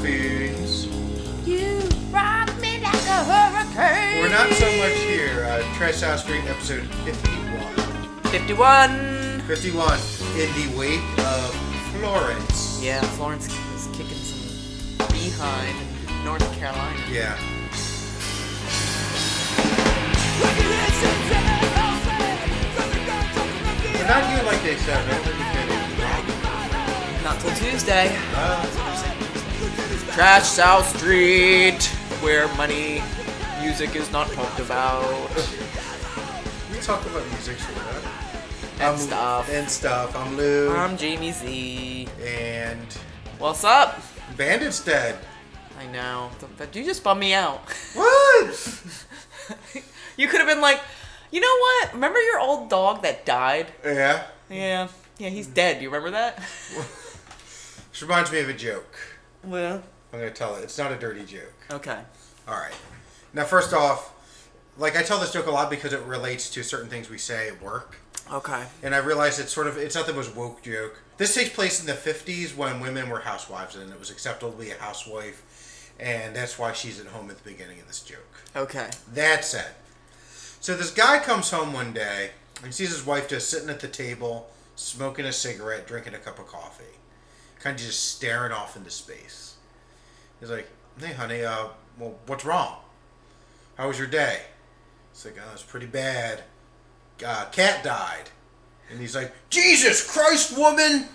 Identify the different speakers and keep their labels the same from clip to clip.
Speaker 1: breeze.
Speaker 2: You rock me like a hurricane.
Speaker 1: We're not so much here. Uh, Trash House Street, episode 51.
Speaker 2: 51.
Speaker 1: 51, in the wake of Florence.
Speaker 2: Yeah, Florence is kicking some behind in North Carolina.
Speaker 1: Yeah. But not you like they said, right?
Speaker 2: Not till Tuesday.
Speaker 1: Uh,
Speaker 2: Trash South Street, where money, music is not talked about,
Speaker 1: we talked about music, sure. huh?
Speaker 2: and
Speaker 1: I'm-
Speaker 2: stuff.
Speaker 1: And stuff. I'm Lou.
Speaker 2: I'm Jamie Z.
Speaker 1: and
Speaker 2: What's up?
Speaker 1: Bandit's dead.
Speaker 2: I know. Th- You just bummed me out.
Speaker 1: What?
Speaker 2: you could have been like, you know what? Remember your old dog that died?
Speaker 1: Yeah.
Speaker 2: Yeah. Yeah, he's dead. You remember that?
Speaker 1: This reminds me of a joke.
Speaker 2: Well.
Speaker 1: I'm going to tell it. It's not a dirty joke.
Speaker 2: Okay.
Speaker 1: All right. Now, first off, like I tell this joke a lot because it relates to certain things we say at work,
Speaker 2: Okay.
Speaker 1: and I realize it's sort of it's not the most woke joke. This takes place in the '50s when women were housewives, and it was acceptable to be a housewife, and that's why she's at home at the beginning of this joke.
Speaker 2: Okay.
Speaker 1: That said, so this guy comes home one day and sees his wife just sitting at the table, smoking a cigarette, drinking a cup of coffee, kind of just staring off into space. He's like, "Hey, honey, uh, well, what's wrong? How was your day?" It's like, "Oh, it's pretty bad. Uh, cat died." And he's like, "Jesus Christ, woman!"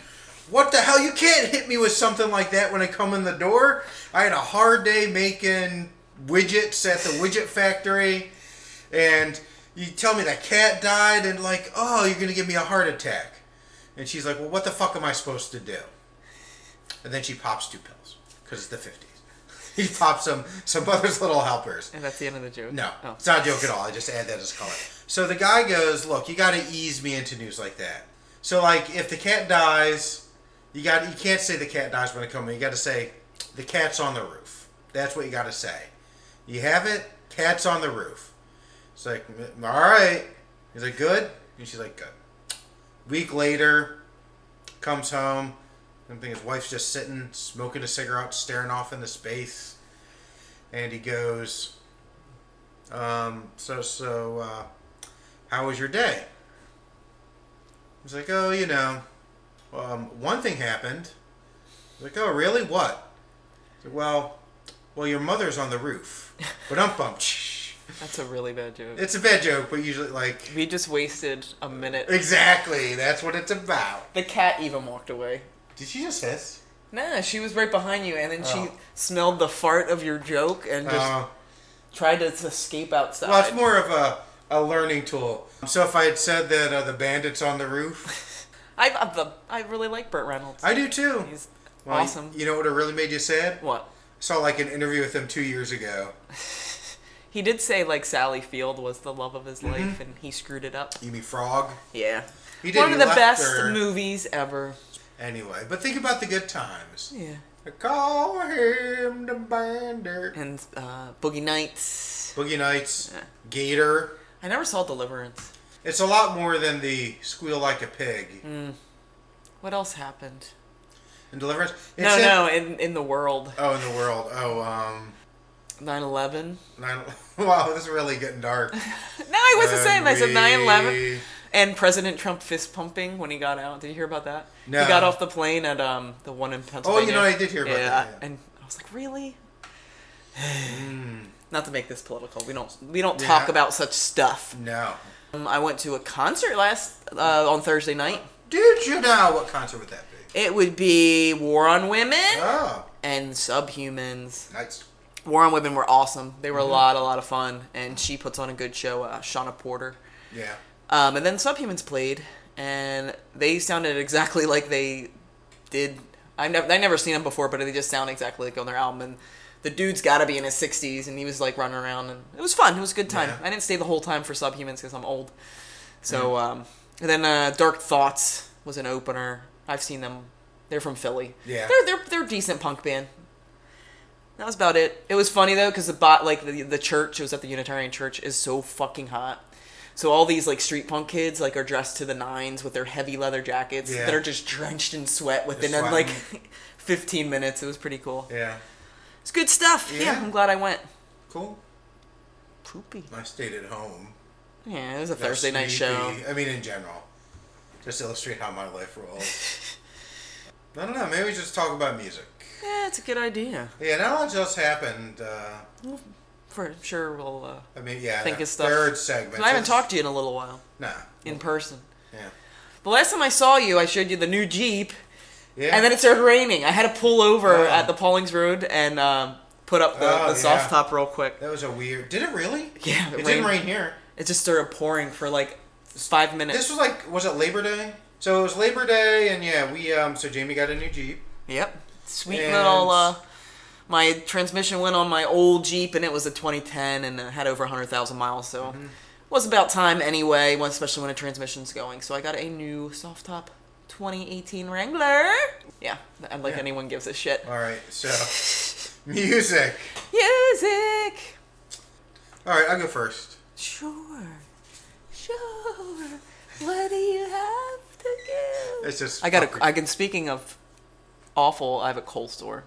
Speaker 1: What the hell? You can't hit me with something like that when I come in the door. I had a hard day making widgets at the widget factory, and you tell me that cat died, and like, oh, you're gonna give me a heart attack. And she's like, well, what the fuck am I supposed to do? And then she pops two pills because it's the 50s. He pops some some mother's little helpers.
Speaker 2: And that's the end of the joke.
Speaker 1: No,
Speaker 2: Oh.
Speaker 1: it's not a joke at all. I just add that as color. So the guy goes, "Look, you got to ease me into news like that. So like, if the cat dies, you got you can't say the cat dies when it comes. in. You got to say the cat's on the roof. That's what you got to say. You have it. Cat's on the roof. It's like, "Mm, all right. He's like, good. And she's like, good. Week later, comes home. I think his wife's just sitting, smoking a cigarette, staring off into space. And he goes, um, so, so, uh, how was your day? He's like, oh, you know, um, one thing happened. He's like, oh, really? What? He's like, well, well, your mother's on the roof. But I'm bumped.
Speaker 2: That's a really bad joke.
Speaker 1: It's a bad joke, but usually, like,
Speaker 2: we just wasted a minute.
Speaker 1: exactly. That's what it's about.
Speaker 2: The cat even walked away.
Speaker 1: Did she just hiss?
Speaker 2: Nah, she was right behind you, and then she
Speaker 1: Oh.
Speaker 2: smelled the fart of your joke and just uh,
Speaker 1: Uh,
Speaker 2: tried to escape outside.
Speaker 1: well, it's more of a, a learning tool. So if I had said that uh, the bandit's on the roof,
Speaker 2: I, I, the, I really like Burt Reynolds.
Speaker 1: I do too.
Speaker 2: He's
Speaker 1: Well,
Speaker 2: awesome.
Speaker 1: You know what would have really made you sad?
Speaker 2: what?
Speaker 1: saw like an interview with him two years ago.
Speaker 2: He did say like Sally Field was the love of his life, and he screwed it up.
Speaker 1: You mean Frog?
Speaker 2: Yeah,
Speaker 1: Mm-hmm. He
Speaker 2: one
Speaker 1: he
Speaker 2: of the
Speaker 1: left
Speaker 2: best
Speaker 1: her.
Speaker 2: movies ever.
Speaker 1: Anyway, but think about the good times.
Speaker 2: Yeah,
Speaker 1: Call him the bandit.
Speaker 2: and uh, Boogie Nights.
Speaker 1: Boogie Nights,
Speaker 2: Yeah.
Speaker 1: Gator.
Speaker 2: I never saw Deliverance.
Speaker 1: It's a lot more than the squeal like a pig
Speaker 2: Mm. What else happened?
Speaker 1: and Deliverance. It's
Speaker 2: no,
Speaker 1: in-
Speaker 2: no, in in the world,
Speaker 1: Oh, in the world. Oh, um,
Speaker 2: 9/11.
Speaker 1: nine, wow, this is really getting dark.
Speaker 2: No, I wasn't saying that. I said 9 11.
Speaker 1: We-
Speaker 2: And President Trump fist pumping when he got out. Did you hear about that?
Speaker 1: No. Oh,
Speaker 2: He got off the plane at um the one in Pennsylvania.
Speaker 1: know, I did hear about
Speaker 2: yeah,
Speaker 1: that, yeah.
Speaker 2: And I was like, really? Not to make this political. We don't we don't
Speaker 1: Hmm. Yeah.
Speaker 2: talk about such stuff.
Speaker 1: No.
Speaker 2: Um, I went to a concert last uh, on Thursday night.
Speaker 1: Did you know what concert would that be?
Speaker 2: It would be War on Women
Speaker 1: Oh,
Speaker 2: and Subhumans.
Speaker 1: nice.
Speaker 2: War on Women were awesome. They were a lot, a lot of fun, and she puts on a good show. Uh, Shauna Porter,
Speaker 1: Yeah.
Speaker 2: um, and then Subhumans played, and they sounded exactly like they did. I never, I never seen them before, but they just sound exactly like on their album. And the dude's got to be in his sixties, and he was like running around, and it was fun. It was a good time.
Speaker 1: Yeah.
Speaker 2: I didn't stay the whole time for Subhumans because I'm old. So, um, and then uh, Dark Thoughts was an opener. I've seen them. They're from Philly.
Speaker 1: Yeah.
Speaker 2: They're they're they're a decent punk band. That was about it. It was funny though because the bot like the the church it was at the Unitarian Church is so fucking hot. So all these like street punk kids like are dressed to the nines with their heavy leather jackets
Speaker 1: Yeah.
Speaker 2: that are just drenched in sweat within
Speaker 1: Just
Speaker 2: um, like
Speaker 1: sweating.
Speaker 2: 15 minutes. It was pretty cool.
Speaker 1: Yeah.
Speaker 2: It's good stuff. Yeah.
Speaker 1: Yeah.
Speaker 2: I'm glad I went.
Speaker 1: Cool.
Speaker 2: Poopy.
Speaker 1: I stayed at home.
Speaker 2: Yeah, it was a
Speaker 1: Got
Speaker 2: Thursday night show.
Speaker 1: sleepy. I mean, in general, just illustrate how my life rolls. I don't know. Maybe we just talk about music.
Speaker 2: Yeah, it's a good idea.
Speaker 1: Yeah, not much else happened. Uh,
Speaker 2: For sure, we'll. Uh,
Speaker 1: I mean, yeah,
Speaker 2: Think
Speaker 1: the
Speaker 2: of stuff.
Speaker 1: third segment.
Speaker 2: 'cause I haven't talked to you in a little while
Speaker 1: No.
Speaker 2: in person.
Speaker 1: Yeah.
Speaker 2: The last time I saw you, I showed you the new Jeep,
Speaker 1: Yeah.
Speaker 2: and then it started raining. I had to pull over
Speaker 1: Oh.
Speaker 2: at the Paulings Road and um, put up the,
Speaker 1: Oh,
Speaker 2: the soft
Speaker 1: yeah.
Speaker 2: top real quick.
Speaker 1: that was a weird. Did it really?
Speaker 2: Yeah,
Speaker 1: It,
Speaker 2: it,
Speaker 1: didn't
Speaker 2: rained.
Speaker 1: rain here.
Speaker 2: It just started pouring for like five minutes.
Speaker 1: This was like, was it Labor Day? So it was Labor Day, and yeah, we um. So Jamie got a new Jeep.
Speaker 2: Yep. Sweet
Speaker 1: And-
Speaker 2: little. Uh, my transmission went on my old Jeep, and it was a 2010, and it had over 100,000 miles, so
Speaker 1: Mm-hmm.
Speaker 2: it was about time anyway, when- especially when a transmission's going. So I got a new soft top 2018 Wrangler. Yeah, I'm like
Speaker 1: Yeah.
Speaker 2: anyone gives a shit.
Speaker 1: All right. So music.
Speaker 2: Music.
Speaker 1: All right, I'll go first.
Speaker 2: Sure. Sure. What do you have to give?
Speaker 1: It's just.
Speaker 2: I got
Speaker 1: fucking-
Speaker 2: a. I can. Speaking of awful, I have a cold sore.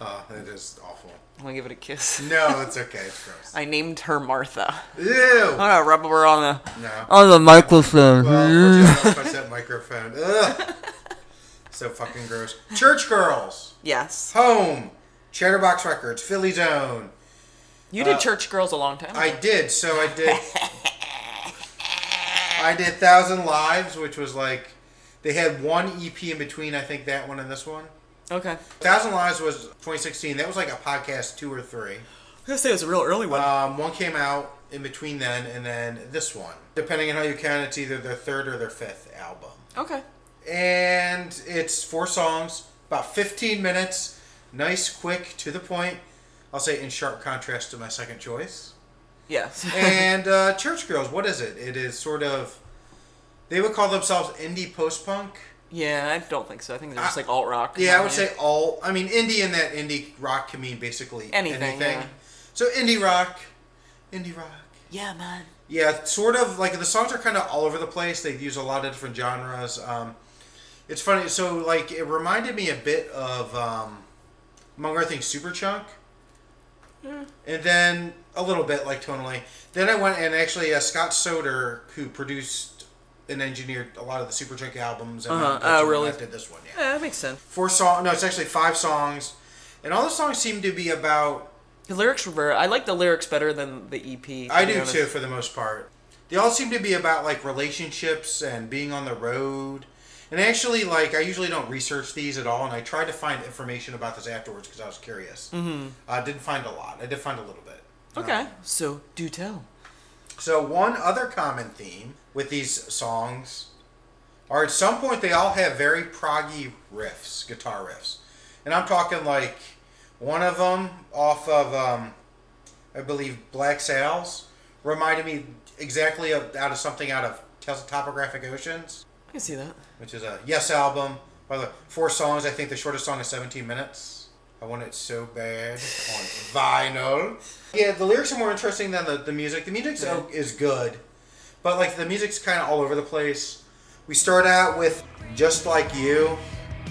Speaker 1: Oh, that is awful.
Speaker 2: I'm gonna give it a kiss.
Speaker 1: No, it's okay. It's gross.
Speaker 2: I named her Martha.
Speaker 1: Ew.
Speaker 2: I'm gonna rub her on the
Speaker 1: No.
Speaker 2: on the microphone.
Speaker 1: Well, let's just touch that microphone. Ugh. So fucking gross. Church Girls,
Speaker 2: yes,
Speaker 1: Home, Chatterbox Records, Philly Zone.
Speaker 2: you did
Speaker 1: Uh,
Speaker 2: Church Girls a long time. ago.
Speaker 1: I did. So I did. I did Thousand Lives, which was like they had one EP in between. I think that one and this one.
Speaker 2: okay, I was
Speaker 1: Thousand Lives was 2016. That was like a podcast two or three.
Speaker 2: gonna say it was a real early one.
Speaker 1: Um, one came out in between then and then this one. Depending on how you count, it's either their third or their fifth album.
Speaker 2: okay,
Speaker 1: And it's four songs, about 15 minutes, nice, quick, to the point. I'll say in sharp contrast to my second choice.
Speaker 2: yes,
Speaker 1: And uh, Church Girls, what is it? It is sort of, they would call themselves indie post punk.
Speaker 2: yeah. I don't think so. I think they're just
Speaker 1: I-
Speaker 2: like alt rock.
Speaker 1: Yeah, I would say all. I mean, indie in that indie rock can mean basically
Speaker 2: Anything,
Speaker 1: anything.
Speaker 2: yeah.
Speaker 1: So indie rock, indie rock.
Speaker 2: Yeah, man.
Speaker 1: Yeah, sort of like the songs are kind of all over the place. They use a lot of different genres. Um, it's funny. So like it reminded me a bit of um, among other things, Superchunk,
Speaker 2: Hmm.
Speaker 1: and then a little bit like tonally. Then I went and actually uh, Scott Soder, who produced and engineered a lot of the Superchunk albums, and
Speaker 2: Uh-huh.
Speaker 1: that's
Speaker 2: Oh,
Speaker 1: the one
Speaker 2: really?
Speaker 1: that did this one. Yeah
Speaker 2: Yeah, that makes sense.
Speaker 1: four song. No, it's actually five songs, and all the songs seem to be about.
Speaker 2: The lyrics were. very- I like the lyrics better than the EP. to
Speaker 1: I
Speaker 2: be
Speaker 1: do
Speaker 2: honest.
Speaker 1: too, for the most part. They all seem to be about like relationships and being on the road. And actually, like I usually don't research these at all, and I tried to find information about this afterwards because I was curious. Mm-hmm. I didn't find a lot. I did find a little bit.
Speaker 2: Okay, so do tell.
Speaker 1: So one other common theme with these songs are at some point they all have very proggy riffs, guitar riffs, and I'm talking like one of them off of um, I believe Black Sails reminded me exactly of out of something out of Tes- Topographic Oceans,
Speaker 2: I can see that.
Speaker 1: which is a Yes album. By the way, four songs. I think the shortest song is 17 minutes. I want it so bad on vinyl. Yeah, the lyrics are more interesting than the, the music. The music
Speaker 2: Yeah.
Speaker 1: is good, but like the music's kind of all over the place. We start out with "Just Like You,"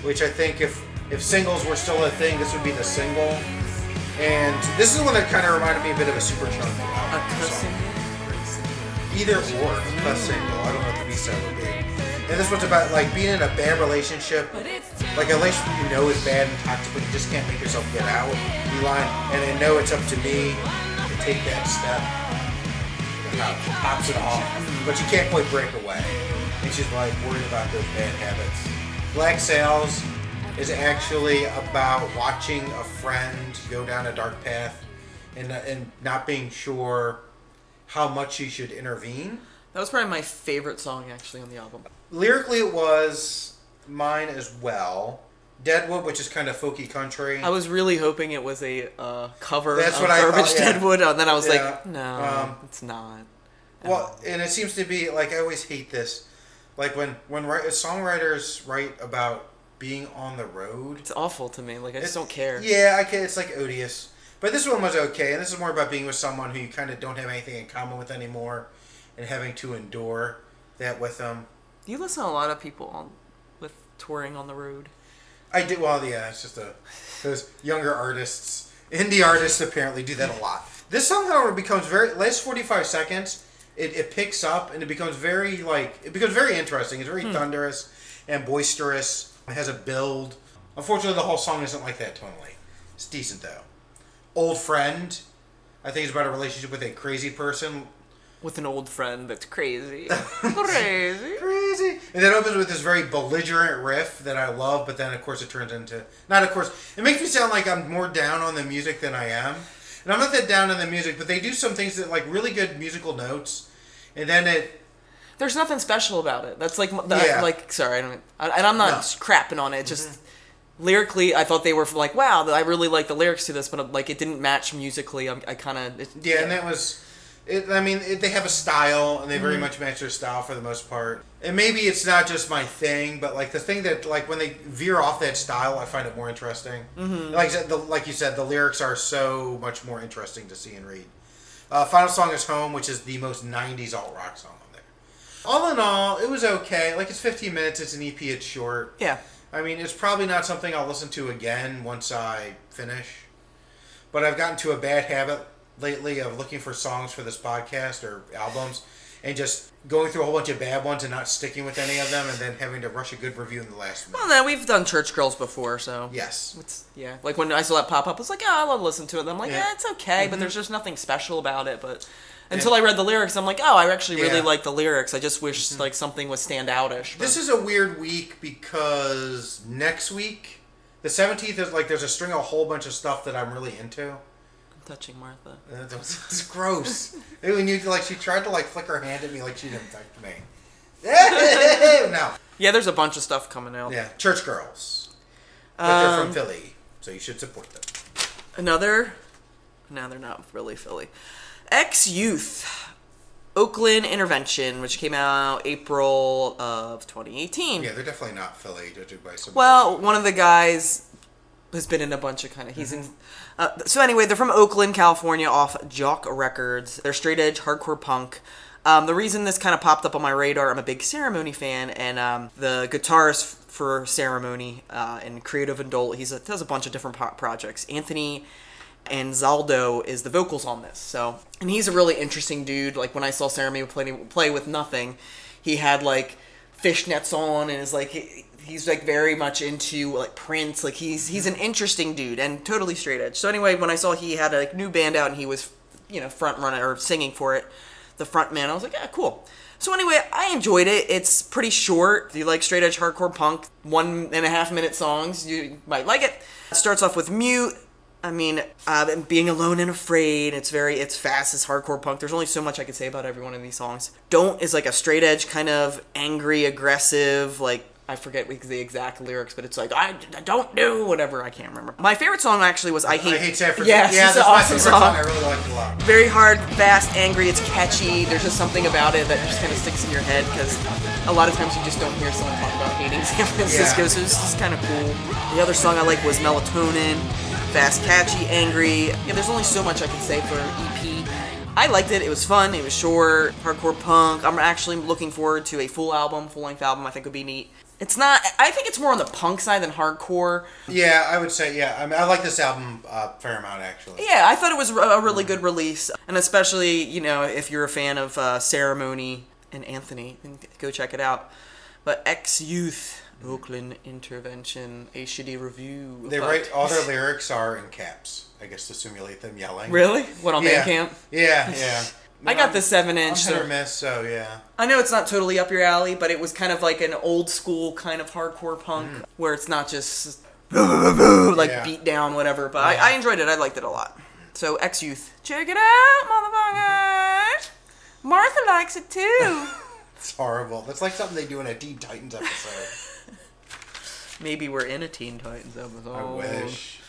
Speaker 1: which I think if if singles were still a thing, this would be the single. And this is one that kind of reminded me a bit of a Superchunk
Speaker 2: A
Speaker 1: album.
Speaker 2: cussing.
Speaker 1: song. Either or, a single. I don't know what the B side would be. And this one's about like being in a bad relationship like a relationship you know is bad and toxic, but you just can't make yourself get out. You lie, and I know it's up to me to take that step. Pop- Pops it off, but you can't quite break away. And she's like worried about those bad habits. Black Sails is actually about watching a friend go down a dark path and uh, and not being sure how much you should intervene
Speaker 2: That was probably my favorite song actually on the album.
Speaker 1: lyrically it was mine as well deadwood which is kind of folky country
Speaker 2: I was really hoping it was a uh, cover
Speaker 1: That's
Speaker 2: of
Speaker 1: what I thought,
Speaker 2: Garbage
Speaker 1: yeah.
Speaker 2: Deadwood, and then I was
Speaker 1: Yeah.
Speaker 2: like, no,
Speaker 1: Um,
Speaker 2: it's not.
Speaker 1: well and it seems to be like i always hate this like when when write, songwriters write about being on the road
Speaker 2: It's awful to me. Like I just
Speaker 1: It-
Speaker 2: don't care.
Speaker 1: Yeah, I can, it's like odious. But this one was okay, and this is more about being with someone who you kind of don't have anything in common with anymore, and having to endure that with them.
Speaker 2: You listen to a lot of people on, with touring on the road.
Speaker 1: I did well. Yeah, it's just a those younger artists Indie artists apparently do that a lot. This song, however, becomes very last forty five seconds. It, it picks up and it becomes very like it becomes very interesting. It's very thunderous and boisterous. It has a build. Unfortunately, the whole song isn't like that tonally. It's decent though. Old friend, I think it's about a relationship with a crazy person.
Speaker 2: with an old friend that's crazy. crazy.
Speaker 1: Crazy, and then it opens with this very belligerent riff that I love. But then, of course, it turns into not. Of course, it makes me sound like I'm more down on the music than I am, and I'm not that down on the music. But they do some things that like really good musical notes, and then it
Speaker 2: There's nothing special about it. That's like m- the,
Speaker 1: Yeah.
Speaker 2: like sorry, I don't I, and I'm not
Speaker 1: No. Mm-hmm.
Speaker 2: crapping on it. Just lyrically, I thought they were like wow, I really like the lyrics to this, but like it didn't match musically. I'm, I kind of
Speaker 1: Yeah, and that was. It, I mean, it, they have a style, and they very much match their style for the most part. And maybe it's not just my thing, but like the thing that like when they veer off that style, I find it more interesting. Mm-hmm. Like I said, the, like you said, the lyrics are so much more interesting to see and read. Uh, Final song is "Home," which is the most '90s alt rock song on there. All in all, it was okay. Like it's 15 minutes. It's an EP. It's short.
Speaker 2: yeah.
Speaker 1: I mean, it's probably not something I'll listen to again once I finish. But I've gotten to a bad habit lately of looking for songs for this podcast or albums and just going through a whole bunch of bad ones and not sticking with any of them and then having to rush a good review in the last minute.
Speaker 2: Well, no, we've done Church Girls before, so
Speaker 1: Yes.
Speaker 2: It's yeah. Like when I saw that pop up, I was like, oh, I love listen to it. And I'm like,
Speaker 1: Yeah. Mm-hmm.
Speaker 2: yeah, it's okay, but there's just nothing special about it. But until I read the lyrics, I'm like, oh, I actually really
Speaker 1: Yeah. Mm-hmm.
Speaker 2: like the lyrics. I just wish like something was standoutish. But
Speaker 1: This is a weird week because next week, the 17th, is like there's a string of a whole bunch of stuff that I'm really into.
Speaker 2: touching Martha.
Speaker 1: And It was, it's gross. It- when you like, she tried to like flick her hand at me like she didn't touch me. no.
Speaker 2: Yeah, there's a bunch of stuff coming out.
Speaker 1: Yeah, church girls. But they're
Speaker 2: Um,
Speaker 1: from Philly, so you should support them.
Speaker 2: Another. No, they're not really Philly. Ex Youth, Oakland Intervention, which came out April of 2018.
Speaker 1: Yeah, they're definitely not Philly, judging by some.
Speaker 2: Well, one of the guys has been in a bunch of kind of. He's in. Uh, so anyway, they're from Oakland, California, off Jock Records. They're straight edge hardcore punk. Um, the reason this kind of popped up on my radar, I'm a big Ceremony fan, and um, the guitarist for Ceremony uh, and Creative Indult, he's a, does a bunch of different po- projects. Anthony and Zaldo is the vocals on this. So, and he's a really interesting dude. Like when I saw Ceremony play, play with nothing, he had like fishnets on and is like he- he's like very much into like Prince. Like he's he's an interesting dude and totally straight edge. So anyway, when I saw he had a like, new band out and he was you know front runner or singing for it, the front man, I was like, yeah, cool. So anyway, I enjoyed it. It's pretty short. If you like straight edge hardcore punk, one and a half minute songs, you might like it. It starts off with mute. I mean, uh, and being alone and afraid. It's very, it's fast. It's hardcore punk. There's only so much I can say about every one of these songs. Don't is like a straight edge kind of angry, aggressive, like I forget the exact lyrics, but it's like I, I don't do whatever. I can't remember. My favorite song actually was I hate.
Speaker 1: I hate San Francisco.
Speaker 2: Yes,
Speaker 1: yeah,
Speaker 2: it's
Speaker 1: that's
Speaker 2: an
Speaker 1: my
Speaker 2: awesome
Speaker 1: favorite song.
Speaker 2: song
Speaker 1: I really like it a lot.
Speaker 2: very hard, fast, angry. It's catchy. There's just something about it that just kind of sticks in your head because a lot of times you just don't hear someone talk about hating San Francisco.
Speaker 1: Yeah.
Speaker 2: So it's just kind of cool. The other song I like was Melatonin. Fast, catchy, angry. Yeah, there's only so much I can say for an EP. I liked it. It was fun. It was short, hardcore punk. I'm actually looking forward to a full album, full length album. I think would be neat. It's not. I think it's more on the punk side than hardcore.
Speaker 1: Yeah, I would say yeah. I mean, I like this album uh, fair amount actually.
Speaker 2: Yeah, I thought it was a a really good release, and especially you know if you're a fan of uh, Ceremony and Anthony, then go check it out. But Ex Youth Oakland Intervention A shitty review.
Speaker 1: They
Speaker 2: but-
Speaker 1: write all their lyrics are in caps. I guess to simulate them yelling.
Speaker 2: really what on
Speaker 1: Yeah.
Speaker 2: Bandcamp.
Speaker 1: Yeah, yeah.
Speaker 2: I got
Speaker 1: No,
Speaker 2: the seven
Speaker 1: I'm
Speaker 2: inch.
Speaker 1: hit or
Speaker 2: So
Speaker 1: miss, so yeah.
Speaker 2: I know it's not totally up your alley, but it was kind of like an old school kind of hardcore punk where it's not just like
Speaker 1: Mm. Yeah.
Speaker 2: beat down whatever. But I, I enjoyed it. I liked it a lot. So Ex Youth, check it out, motherfuckers. Martha likes it too.
Speaker 1: It's horrible. That's like something they do in a Teen Titans episode.
Speaker 2: Maybe we're in a Teen Titans episode.
Speaker 1: I wish.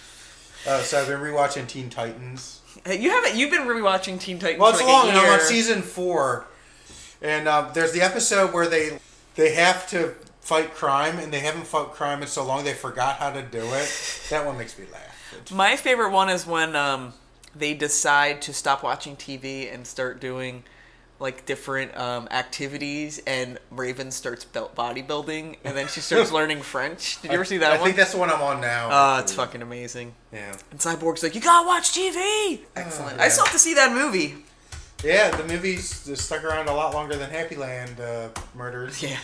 Speaker 1: Uh, so I've been rewatching Teen Titans.
Speaker 2: Hey, You haven't. You've been rewatching Teen Titans.
Speaker 1: Well,
Speaker 2: for
Speaker 1: it's
Speaker 2: like
Speaker 1: long,
Speaker 2: a
Speaker 1: and I'm on
Speaker 2: year.
Speaker 1: season four, and um, there's the episode where they they have to fight crime, and they haven't fought crime in so long they forgot how to do it. That one makes me laugh.
Speaker 2: My favorite one is when um, they decide to stop watching TV and start doing like different um, activities, and Raven starts belt bodybuilding, and then she starts learning French. Did you ever see that
Speaker 1: I
Speaker 2: one?
Speaker 1: think that's the one I'm on now.
Speaker 2: Oh, it's fucking amazing.
Speaker 1: Yeah.
Speaker 2: And Cyborg's like, you gotta watch TV. Excellent. I still have to see that movie.
Speaker 1: Yeah, the movie's just stuck around a lot longer than Happy Land uh, murders. Um,
Speaker 2: Yeah.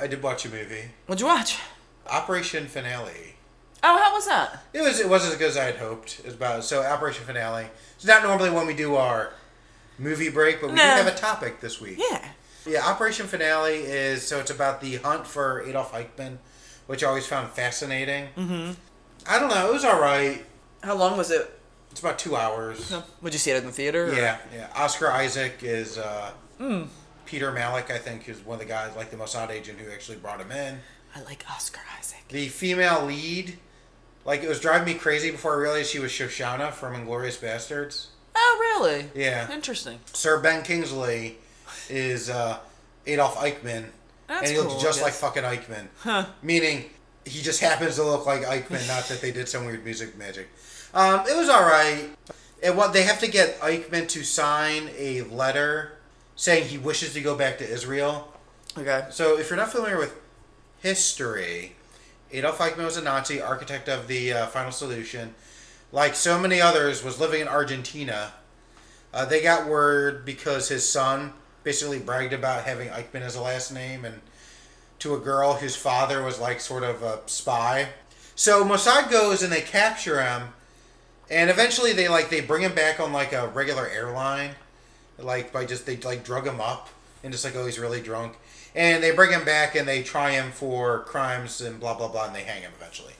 Speaker 1: I did watch a movie,
Speaker 2: What'd you watch?
Speaker 1: Operation Finale.
Speaker 2: Oh, how was that?
Speaker 1: It was it wasn't as good as I had hoped. It was about so Operation Finale. It's not normally when we do our movie break, but we
Speaker 2: No.
Speaker 1: did have a topic this week.
Speaker 2: Yeah.
Speaker 1: Yeah, Operation Finale is so it's about the hunt for Adolf Eichmann, which I always found fascinating. Mm-hmm. I don't know. It was all right.
Speaker 2: How long was it?
Speaker 1: It's about two hours.
Speaker 2: Would you see it in the theater? or-
Speaker 1: Yeah, yeah. Oscar Isaac is uh, Peter Malik. I think is one of the guys, like the Mossad agent who actually brought him in.
Speaker 2: I like Oscar Isaac.
Speaker 1: The female lead, like it was driving me crazy before I realized she was Shoshana from Inglorious Bastards.
Speaker 2: Oh, really?
Speaker 1: Yeah.
Speaker 2: Interesting.
Speaker 1: Sir Ben Kingsley is uh, Adolf Eichmann,
Speaker 2: That's
Speaker 1: and he looks
Speaker 2: cool, I
Speaker 1: just like
Speaker 2: guess.
Speaker 1: fucking Eichmann. Meaning, he just happens to look like Eichmann. not that they did some weird music magic. Um, it was all right. And what they have to get Eichmann to sign a letter saying he wishes to go back to Israel.
Speaker 2: Okay.
Speaker 1: So, if you're not familiar with history, Adolf Eichmann was a Nazi, architect of the uh, Final Solution. Like so many others, was living in Argentina. Uh, they got word because his son basically bragged about having Eichmann as a last name, and to a girl whose father was like sort of a spy. So Mossad goes and they capture him, and eventually they like they bring him back on like a regular airline, like by just they like drug him up and just like oh he's really drunk, and they bring him back and they try him for crimes and blah blah blah and they hang him eventually.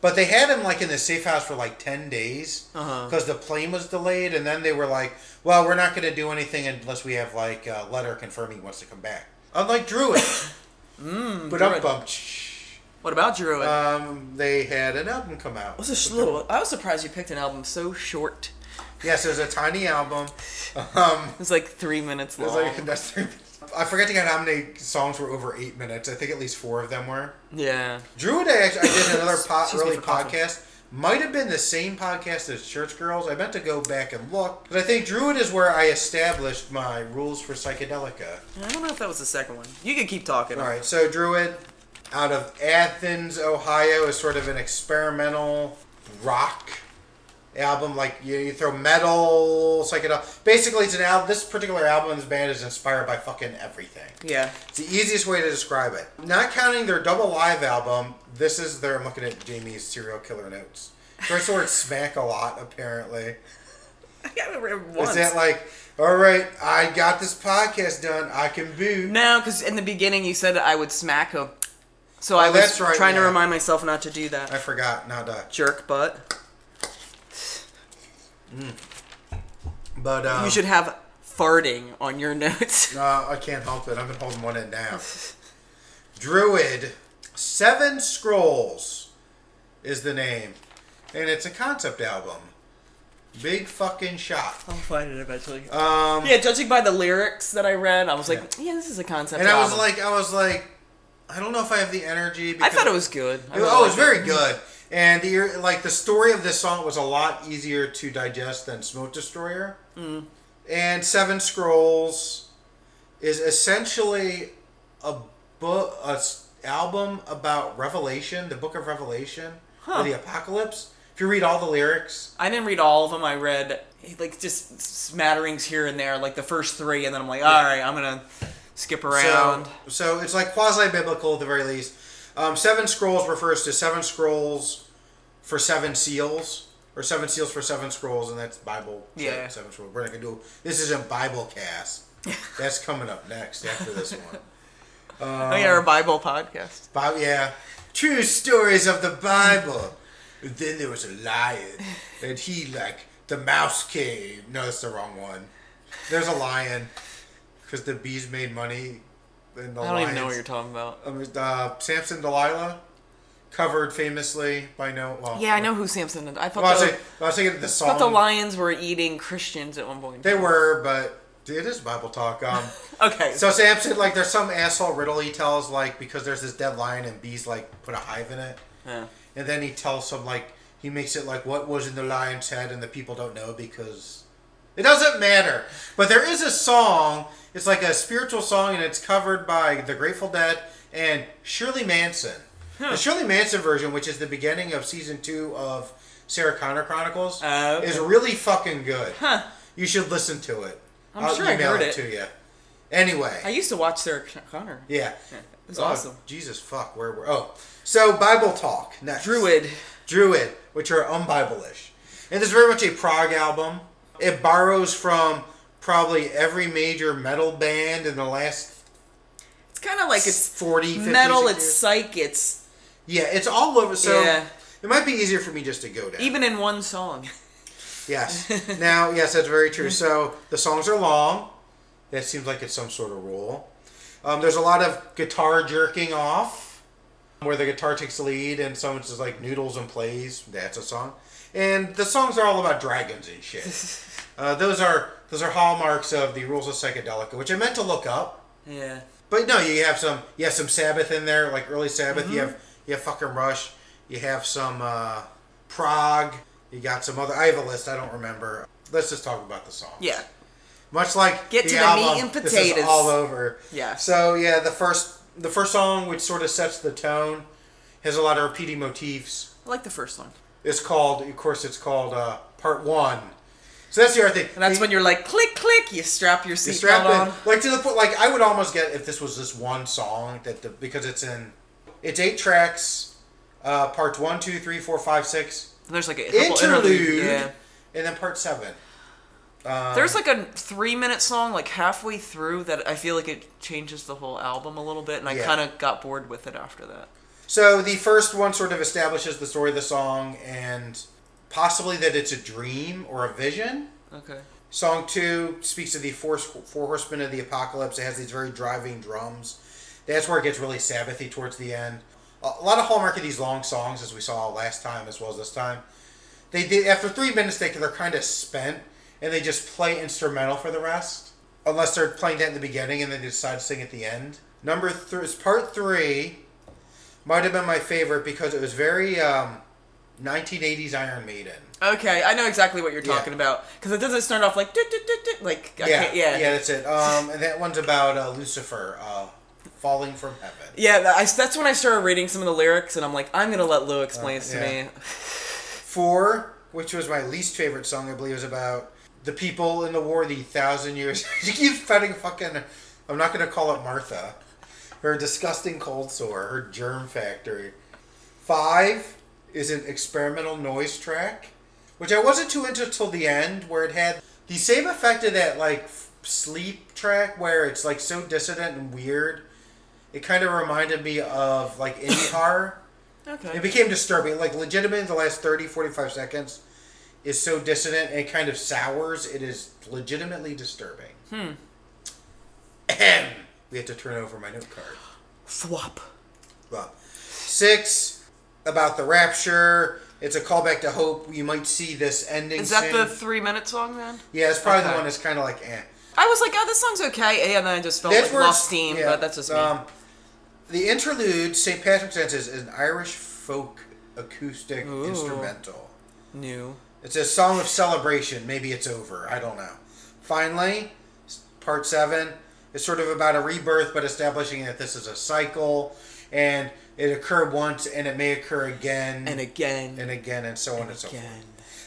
Speaker 1: But they had him like in the safe house for like ten days
Speaker 2: Uh-huh.
Speaker 1: because the plane was delayed, and then they were like, "Well, we're not going to do anything unless we have like a letter confirming he wants to come back." Unlike Druid, Mm, but up bump.
Speaker 2: What about Druid?
Speaker 1: Um, they had an album come out.
Speaker 2: was a slow. I was surprised you picked an album so short.
Speaker 1: Yes, it was a tiny album. Um,
Speaker 2: It was like three minutes
Speaker 1: it
Speaker 2: long.
Speaker 1: was like that's three. I forget to count how many songs were over eight minutes. I think at least four of them were.
Speaker 2: yeah.
Speaker 1: Drew and I actually I did another pot
Speaker 2: Excuse me
Speaker 1: early
Speaker 2: for coughing.
Speaker 1: podcast. Might have been the same podcast as Church Girls. I meant to go back and look, but I think Druid is where I established my rules for psychedelica.
Speaker 2: I don't know if that was the second one. You could keep talking.
Speaker 1: All right, so Druid, out of Athens, Ohio, is sort of an experimental rock album. Like you, you throw metal, psychedelic. Basically, it's an album. This particular album, this band is inspired by fucking everything.
Speaker 2: Yeah.
Speaker 1: It's the easiest way to describe it. Not counting their double live album, this is their. I'm looking at Jamie's serial killer notes. First the word smack a lot, apparently.
Speaker 2: I got it once.
Speaker 1: Is that like, all right, I got this podcast done. I can boo.
Speaker 2: no, because in the beginning you said I would smack him. So I was
Speaker 1: Oh, that's right,
Speaker 2: trying to
Speaker 1: yeah.
Speaker 2: remind myself not to do that.
Speaker 1: I forgot, not uh,
Speaker 2: Jerk butt.
Speaker 1: but um,
Speaker 2: You should have farting on your notes.
Speaker 1: No, I can't help it. I've been holding one in now. Druid, Seven Scrolls is the name, and it's a concept album. Big fucking shot.
Speaker 2: I'll find it eventually.
Speaker 1: Um,
Speaker 2: yeah, judging by the lyrics that I read, I was like, yeah, this is a concept.
Speaker 1: and I was
Speaker 2: album.
Speaker 1: like, I was like, I don't know if I have the energy.
Speaker 2: Um, I
Speaker 1: Because
Speaker 2: thought it was good. I really
Speaker 1: oh, it was
Speaker 2: liked
Speaker 1: very good. And the like the story of this song was a lot easier to digest than Smoke Destroyer.
Speaker 2: Mm.
Speaker 1: And Seven Scrolls is essentially a book, a s- album about Revelation, the Book of Revelation,
Speaker 2: Huh.
Speaker 1: or the Apocalypse. If you read all the lyrics,
Speaker 2: I didn't read all of them. I read like just smatterings here and there, like the first three, and then I'm like, all right, I'm gonna skip around.
Speaker 1: So, so it's like quasi biblical at the very least. Um, seven scrolls refers to seven scrolls for seven seals, or seven seals for seven scrolls, and that's Bible.
Speaker 2: Yeah.
Speaker 1: Seven scrolls. We're not gonna do this. Isn't Bible cast? that's coming up next after this one.
Speaker 2: oh yeah, our Bible podcast.
Speaker 1: Bible, yeah. True stories of the Bible. And then there was a lion, and he like the mouse came. No, that's the wrong one. There's a lion because the bees made money. And the
Speaker 2: I don't even know
Speaker 1: lions-
Speaker 2: what you're talking about.
Speaker 1: um, uh, Samson Delilah, covered famously by no. Well,
Speaker 2: Yeah, I know who Samson is. I thought,
Speaker 1: Well, I, was
Speaker 2: the,
Speaker 1: thinking, I was thinking of the
Speaker 2: I
Speaker 1: song.
Speaker 2: thought the lions were eating Christians at one point.
Speaker 1: They were, but it is Bible talk. Um,
Speaker 2: okay.
Speaker 1: so Samson, like, there's some asshole riddle he tells, like, because there's this dead lion and bees like put a hive in it,
Speaker 2: yeah.
Speaker 1: and then he tells some like he makes it like what was in the lion's head, and the people don't know because It doesn't matter. But there is a song. It's like a spiritual song, and it's covered by the Grateful Dead and Shirley Manson. The Shirley Manson version, which is the beginning of season two of Sarah Connor Chronicles,
Speaker 2: Oh, okay.
Speaker 1: is really fucking good.
Speaker 2: Huh.
Speaker 1: You should listen to it.
Speaker 2: I'm
Speaker 1: I'll
Speaker 2: sure I
Speaker 1: email
Speaker 2: heard
Speaker 1: it,
Speaker 2: it.
Speaker 1: to you. Anyway,
Speaker 2: I used to watch Sarah Con- Connor.
Speaker 1: yeah,
Speaker 2: was
Speaker 1: Oh,
Speaker 2: awesome.
Speaker 1: Jesus fuck, where were? Oh, so Bible talk next.
Speaker 2: Druid.
Speaker 1: Druid, which are unbible-ish. And this is very much a prog album. It borrows from probably every major metal band in the last
Speaker 2: It's kind of like it's
Speaker 1: 40, 50,
Speaker 2: metal,
Speaker 1: 60
Speaker 2: it's
Speaker 1: years.
Speaker 2: psych, it's
Speaker 1: Yeah, it's all over. So
Speaker 2: Yeah.
Speaker 1: it might be easier for me just to go down.
Speaker 2: even in one song.
Speaker 1: yes. now, yes, that's very true. So the songs are long. That seems like it's some sort of rule. Um, there's a lot of guitar jerking off, where the guitar takes the lead and someone just like noodles and plays. That's a song. And the songs are all about dragons and shit. uh, those are those are hallmarks of the rules of psychedelica, which I meant to look up.
Speaker 2: Yeah.
Speaker 1: But no, you have some you have some Sabbath in there, like early Sabbath. You
Speaker 2: Mm-hmm.
Speaker 1: have you have fucking Rush. You have some uh, Prague. You got some other. I have a list. I don't remember. Let's just talk about the song.
Speaker 2: Yeah.
Speaker 1: Much like
Speaker 2: Get to the meat
Speaker 1: album,
Speaker 2: and
Speaker 1: this is
Speaker 2: potatoes.
Speaker 1: all over.
Speaker 2: Yeah.
Speaker 1: So yeah, the first the first song, which sort of sets the tone, has a lot of repeating motifs.
Speaker 2: I like the first one.
Speaker 1: It's called, of course, it's called uh, Part One. So that's the other thing.
Speaker 2: And that's
Speaker 1: The-
Speaker 2: when you're like, click, click, you strap your
Speaker 1: the
Speaker 2: seatbelt
Speaker 1: strap in,
Speaker 2: on.
Speaker 1: like to the point like i would almost get if this was this one song that the because it's in it's eight tracks uh parts one two three four five six
Speaker 2: And there's like a couple
Speaker 1: interlude,
Speaker 2: interlude. Yeah.
Speaker 1: and then part seven
Speaker 2: There's like a three minute song like halfway through that I feel like it changes the whole album a little bit, and I
Speaker 1: Yeah.
Speaker 2: kind of got bored with it after that.
Speaker 1: so the first one sort of establishes the story of the song and possibly that it's a dream or a vision
Speaker 2: Okay.
Speaker 1: Song two speaks of the four, four horsemen of the apocalypse. It has these very driving drums. That's where it gets really Sabbathy towards the end. A a lot of hallmark of these long songs, as we saw last time as well as this time. They did after three minutes, they they're kind of spent, and they just play instrumental for the rest, unless they're playing that in the beginning and then they decide to sing at the end. Number three is part three. Might have been my favorite because it was very um, 1980s Iron Maiden.
Speaker 2: Okay, I know exactly what you're talking about because it doesn't start off like "Dut, dut, dut, dut," like I
Speaker 1: yeah,
Speaker 2: can't, yeah,
Speaker 1: yeah,
Speaker 2: yeah.
Speaker 1: that's it. Um, and that one's about uh, Lucifer uh, falling from heaven.
Speaker 2: that- I, that's when I started reading some of the lyrics, and I'm like, I'm gonna let Lou explain this to
Speaker 1: Uh, yeah.
Speaker 2: me.
Speaker 1: Four, which was my least favorite song, I believe, is about the people in the war, the thousand years. she keeps fighting fucking. I'm not gonna call it Martha. Her disgusting cold sore, her germ factory. Five is an experimental noise track, which I wasn't too into till the end, where it had the same effect of that like f- sleep track, where it's like so dissonant and weird. It kind of reminded me of like indie horror. It
Speaker 2: Okay.
Speaker 1: became disturbing. Like, legitimately, the last 30, 45 seconds is so dissonant and kind of sours. It is legitimately disturbing. Hmm. Ahem. We have to turn over my note card.
Speaker 2: Thwop.
Speaker 1: Well, six, about the rapture. It's a callback to hope. You might see this ending
Speaker 2: Is that
Speaker 1: soon.
Speaker 2: the three minute song then?
Speaker 1: yeah, it's probably the
Speaker 2: Okay.
Speaker 1: one that's kind of like, eh.
Speaker 2: I was like, oh, this song's okay, and then I just felt like
Speaker 1: where
Speaker 2: lost
Speaker 1: it's-
Speaker 2: steam,
Speaker 1: yeah,
Speaker 2: but that's just me.
Speaker 1: um, the interlude, St. Patrick's Dances, is an Irish folk acoustic
Speaker 2: Ooh.
Speaker 1: instrumental.
Speaker 2: New.
Speaker 1: It's a song of celebration. Maybe it's over. I don't know. Finally, s- part seven is sort of about a rebirth, but establishing that this is a cycle and it occurred once and it may occur again
Speaker 2: And again.
Speaker 1: and again and so on and, so forth.
Speaker 2: again.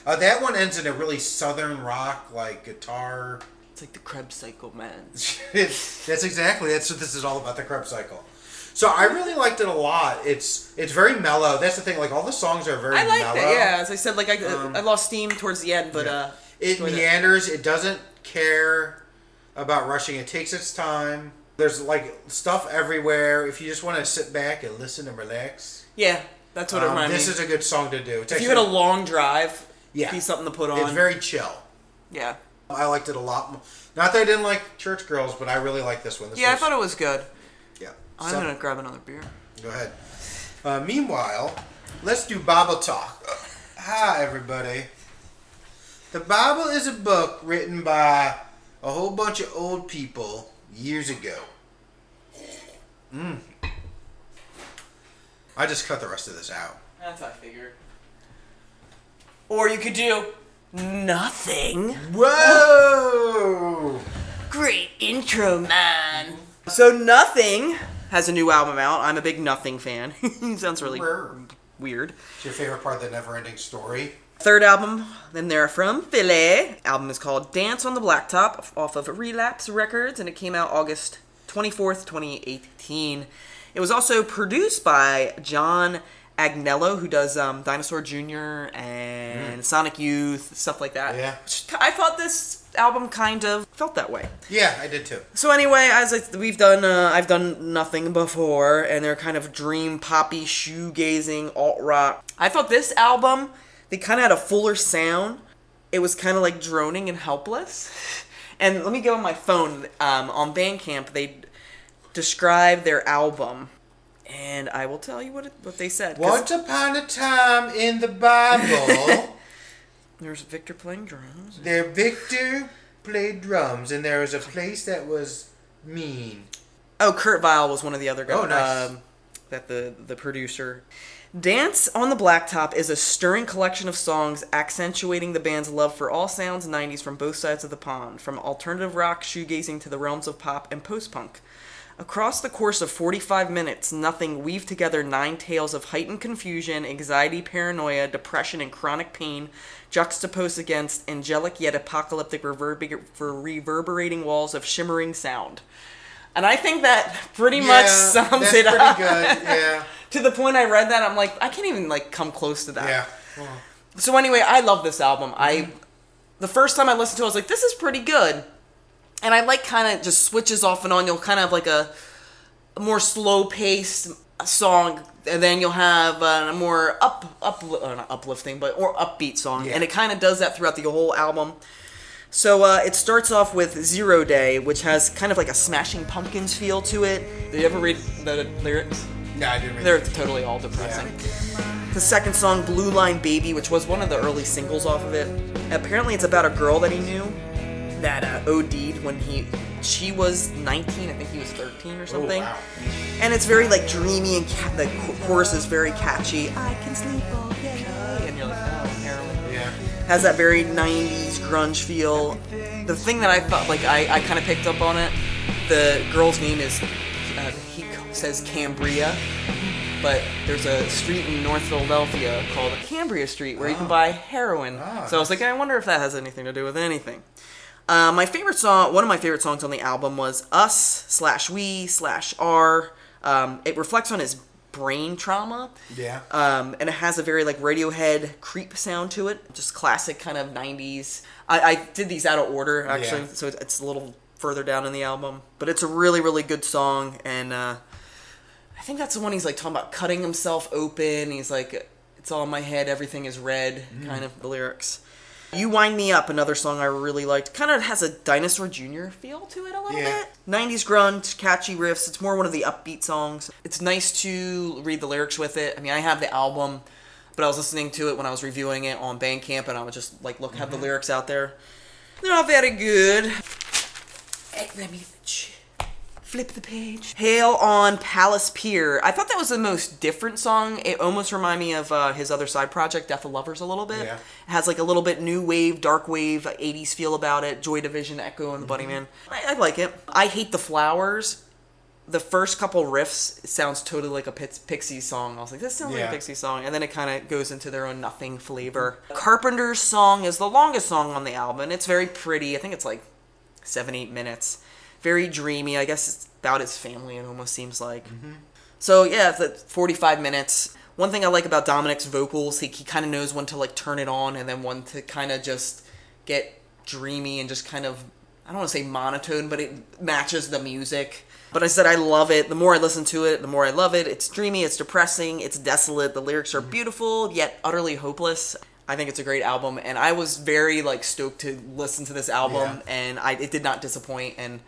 Speaker 1: Uh, that one ends in a really southern rock like guitar.
Speaker 2: It's like the Krebs cycle, man.
Speaker 1: that's exactly that's what this is all about the Krebs cycle. So I really liked it a lot. It's it's very mellow. That's the thing. Like all the songs are very
Speaker 2: I liked
Speaker 1: mellow. Um,
Speaker 2: it, yeah. As I said, like I, I lost steam towards the end, but
Speaker 1: Yeah.
Speaker 2: uh,
Speaker 1: It
Speaker 2: enjoyed it.
Speaker 1: meanders. It doesn't care about rushing. It takes its time. There's like stuff everywhere. If you just want to sit back and listen and relax,
Speaker 2: yeah, that's what it
Speaker 1: um,
Speaker 2: reminded
Speaker 1: this
Speaker 2: me.
Speaker 1: is a good song to do. It's
Speaker 2: if you had a
Speaker 1: actually-
Speaker 2: long drive,
Speaker 1: Yeah.
Speaker 2: be something to put on.
Speaker 1: it's very chill.
Speaker 2: yeah,
Speaker 1: I liked it a lot. mo- Not that I didn't like Church Girls, but I really liked this one. This
Speaker 2: yeah. I
Speaker 1: was-
Speaker 2: thought it was good.
Speaker 1: yeah.
Speaker 2: I'm
Speaker 1: So-
Speaker 2: gonna grab another beer.
Speaker 1: Go ahead. Uh, meanwhile, let's do Bible talk. Hi, everybody. The Bible is a book written by a whole bunch of old people years ago. Mm. I just cut the rest of this out.
Speaker 2: That's I figured. Or you could do nothing.
Speaker 1: Whoa!
Speaker 2: Great intro, man.
Speaker 1: Mm-hmm.
Speaker 2: So nothing has a new album out. I'm a big nothing fan. Sounds really weird.
Speaker 1: It's your favorite part of the never ending story.
Speaker 2: Third album, then they're from Philly. Album is called Dance on the Blacktop off of Relapse Records, and it came out August 24th, 2018. It was also produced by John Agnello, who does um, Dinosaur Jr. and Sonic Youth, stuff like that.
Speaker 1: Yeah.
Speaker 2: Which I thought this album kind of felt that way.
Speaker 1: Yeah, I did too.
Speaker 2: So anyway, as I, we've done, uh, I've done nothing before, and they're kind of dream poppy, shoegazing, alt rock. I thought this album, they kind of had a fuller sound. It was kind of like droning and helpless. And let me go on my phone. Um, on Bandcamp, they describe their album, and I will tell you what it, what they said. 'cause
Speaker 1: Once upon a time in the Bible,
Speaker 2: There's Victor playing drums.
Speaker 1: there Victor played drums, and there was a place that was mean.
Speaker 2: Oh, Kurt Vile was one of the other guys.
Speaker 1: Oh, nice.
Speaker 2: Um, that the the producer. Dance on the Blacktop is a stirring collection of songs accentuating the band's love for all sounds 90s from both sides of the pond, from alternative rock, shoegazing to the realms of pop and post punk. Across the course of 45 minutes, Nothing weaved together nine tales of heightened confusion, anxiety, paranoia, depression, and chronic pain, juxtaposed against angelic yet apocalyptic reverber- reverberating walls of shimmering sound. And I think that pretty much sums
Speaker 1: that's
Speaker 2: it
Speaker 1: pretty
Speaker 2: up.
Speaker 1: good. Yeah,
Speaker 2: To the point I read that I'm like, I can't even like come close to that.
Speaker 1: yeah. Oh, Well,
Speaker 2: So anyway, I love this album. I
Speaker 1: Mm-hmm.
Speaker 2: the first time I listened to it, I was like, this is pretty good. And I like kind of just switches off and on. You'll kind of have like a, a more slow paced song, and then you'll have uh, a more up up uh, not uplifting, but or upbeat song.
Speaker 1: Yeah.
Speaker 2: And it kind of does that throughout the whole album. So uh, it starts off with Zero Day, which has kind of like a Smashing Pumpkins feel to it. Did you ever read the lyrics?
Speaker 1: No, I didn't. Really
Speaker 2: They're totally all depressing. The second song, Blue Line Baby, which was one of the early singles off of it, apparently it's about a girl that he knew that uh, OD'd when he. She was 19, I think he was 13 or something.
Speaker 1: Oh, wow.
Speaker 2: And it's very like dreamy and ca- the cho- chorus is very catchy. I can sleep all day. And you're like, oh, heroin
Speaker 1: yeah.
Speaker 2: has that very 90s grunge feel. The thing that I felt like I, I kind of picked up on it, the girl's name is, uh, he c- says Cambria, but there's a street in North Philadelphia called Cambria Street where you can buy heroin.
Speaker 1: Ah.
Speaker 2: So I was like, I wonder if that has anything to do with anything. Uh, my favorite song, one of my favorite songs on the album was Us slash We slash R. Um, it reflects on his brain trauma
Speaker 1: Yeah.
Speaker 2: um, and it has a very like Radiohead creep sound to it, just classic kind of '90s. I, I did these out of order actually,
Speaker 1: Yeah.
Speaker 2: so it's, it's a little further down in the album, but it's a really really good song, and uh, I think that's the one he's like talking about cutting himself open. He's like, "It's all in my head, everything is red," kind of the lyrics. You Wind Me Up, another song I really liked. Kind of has a Dinosaur Jr. feel to it a little
Speaker 1: Yeah.
Speaker 2: bit. 90s grunge, catchy riffs. It's more one of the upbeat songs. It's nice to read the lyrics with it. I mean, I have the album, but I was listening to it when I was reviewing it on Bandcamp, and I would just like look have the lyrics out there. They're not very good. Eh, Let me ch- flip the page. Hail on Palace Pier. I thought that was the most different song. It almost reminded me of uh, his other side project, Death of Lovers, a little bit.
Speaker 1: Yeah.
Speaker 2: It has like a little bit new wave, dark wave, 80s feel about it. Joy Division, Echo, and the Bunnyman. I, I like it. I Hate the Flowers. The first couple riffs sounds totally like a Pits- Pixies song. I was like, this sounds like
Speaker 1: Yeah.
Speaker 2: a Pixies song. And then it kind of goes into their own nothing flavor. Carpenter's song is the longest song on the album. and It's very pretty. I think it's like seven, eight minutes. Very dreamy. I guess it's about his family, it almost seems like. So, yeah, it's like 45 minutes. One thing I like about Dominic's vocals, he, he kind of knows when to like turn it on and then when to kind of just get dreamy and just kind of, I don't want to say monotone, but it matches the music. But I said I love it. The more I listen to it, the more I love it. It's dreamy, it's depressing, it's desolate. The lyrics are beautiful, yet utterly hopeless. I think it's a great album, and I was very like stoked to listen to this album, and I, it did not disappoint. And